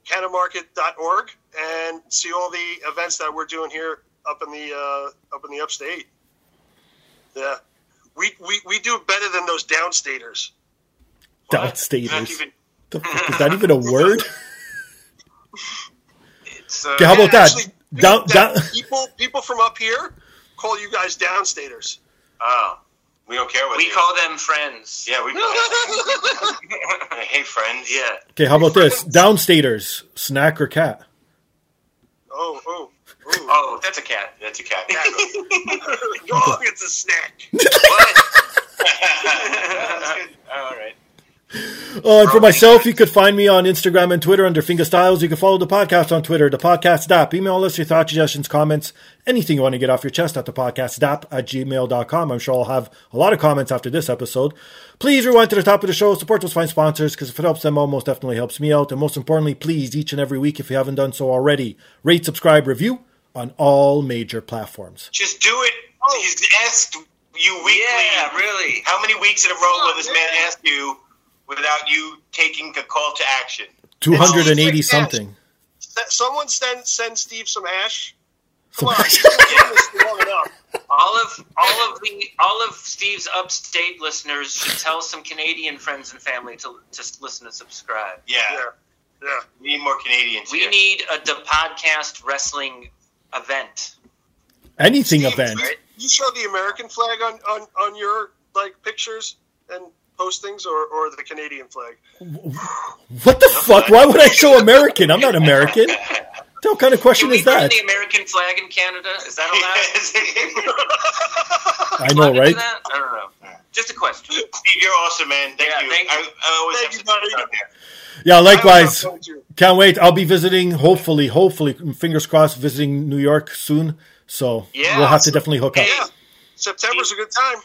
[SPEAKER 4] canonmarket.org and see all the events that we're doing here up in the uh, up in the upstate. Yeah, we, we we do better than those downstaters.
[SPEAKER 3] It's not
[SPEAKER 1] Downstaters.
[SPEAKER 3] even.
[SPEAKER 1] The fuck, is that even a word?
[SPEAKER 3] It's, uh,
[SPEAKER 1] Okay, how about that?
[SPEAKER 4] Actually,
[SPEAKER 1] Down, down.
[SPEAKER 4] people people from up here call you guys downstaters.
[SPEAKER 3] Oh, we don't care what
[SPEAKER 2] We
[SPEAKER 3] they-
[SPEAKER 2] call them friends.
[SPEAKER 3] Yeah, we. hey, friend. Yeah.
[SPEAKER 1] Okay, how about this? Downstaters, snack or cat?
[SPEAKER 4] Oh oh oh!
[SPEAKER 3] Oh, that's a cat. That's a cat.
[SPEAKER 4] oh it's a snack.
[SPEAKER 3] Oh, All right.
[SPEAKER 1] Uh, and for myself, you could find me on Instagram and Twitter under Fingerstyles. You can follow the podcast on Twitter, the podcast app. Email us your thoughts, suggestions, comments, anything you want to get off your chest at the podcast app at gmail.com. I'm sure I'll have a lot of comments after this episode. Please rewind to the top of the show, support those fine sponsors, because if it helps them out, most definitely helps me out. And most importantly, please, each and every week, if you haven't done so already, rate, subscribe, review on all major platforms.
[SPEAKER 3] Just do it. He's asked you weekly.
[SPEAKER 2] Yeah, really.
[SPEAKER 3] How many weeks in a row will this man ask you without you taking a call to action?
[SPEAKER 1] 280 something.
[SPEAKER 4] S- Someone send send Steve some ash. Come
[SPEAKER 1] Some-
[SPEAKER 4] on, he's been doing this long enough.
[SPEAKER 2] All of all of the all of Steve's upstate listeners should tell some Canadian friends and family to to listen and subscribe.
[SPEAKER 3] Yeah.
[SPEAKER 4] Yeah, yeah.
[SPEAKER 3] We need more Canadians.
[SPEAKER 2] We
[SPEAKER 3] here.
[SPEAKER 2] need a the podcast wrestling event.
[SPEAKER 1] Anything event.
[SPEAKER 4] You- You show the American flag on, on, on your like pictures and postings, or, or the Canadian flag.
[SPEAKER 1] What the fuck? Why would I show American? I'm not American. What kind of
[SPEAKER 2] Can
[SPEAKER 1] question
[SPEAKER 2] we
[SPEAKER 1] is
[SPEAKER 2] burn
[SPEAKER 1] that?
[SPEAKER 2] the American flag in Canada? Is that allowed?
[SPEAKER 1] I know,
[SPEAKER 2] Allowed to do
[SPEAKER 1] right?
[SPEAKER 2] that? I don't know. Just a question.
[SPEAKER 3] Steve, you're awesome, man. Thank
[SPEAKER 2] Yeah,
[SPEAKER 3] you.
[SPEAKER 2] thank you.
[SPEAKER 3] I, I always
[SPEAKER 4] Thank
[SPEAKER 3] have
[SPEAKER 4] you,
[SPEAKER 3] to
[SPEAKER 4] buddy.
[SPEAKER 3] out there.
[SPEAKER 1] Yeah, likewise.
[SPEAKER 4] I don't know, don't you?
[SPEAKER 1] Can't wait. I'll be visiting, hopefully, hopefully, fingers crossed, visiting New York soon. So
[SPEAKER 2] Yeah.
[SPEAKER 1] we'll have to definitely hook up.
[SPEAKER 4] Yeah, September's a good time.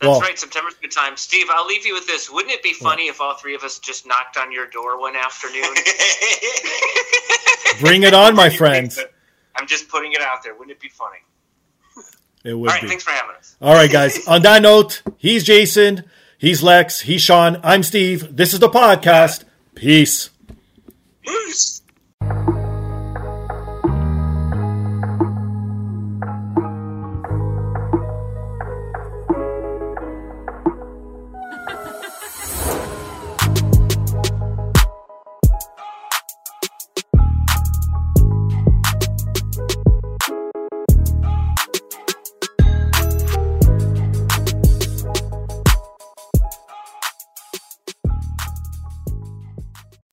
[SPEAKER 2] That's
[SPEAKER 1] Well-
[SPEAKER 2] right. September's a good time. Steve, I'll leave you with this. Wouldn't it be funny if all three of us just knocked on your door one afternoon?
[SPEAKER 1] Bring it on, my friends.
[SPEAKER 2] I'm just putting it out there. Wouldn't it be funny?
[SPEAKER 1] It would
[SPEAKER 2] All right.
[SPEAKER 1] be.
[SPEAKER 2] Thanks for having us.
[SPEAKER 1] All right, guys. On that note, he's Jason. He's Lex. He's Sean. I'm Steve. This is the podcast. Peace.
[SPEAKER 4] Peace.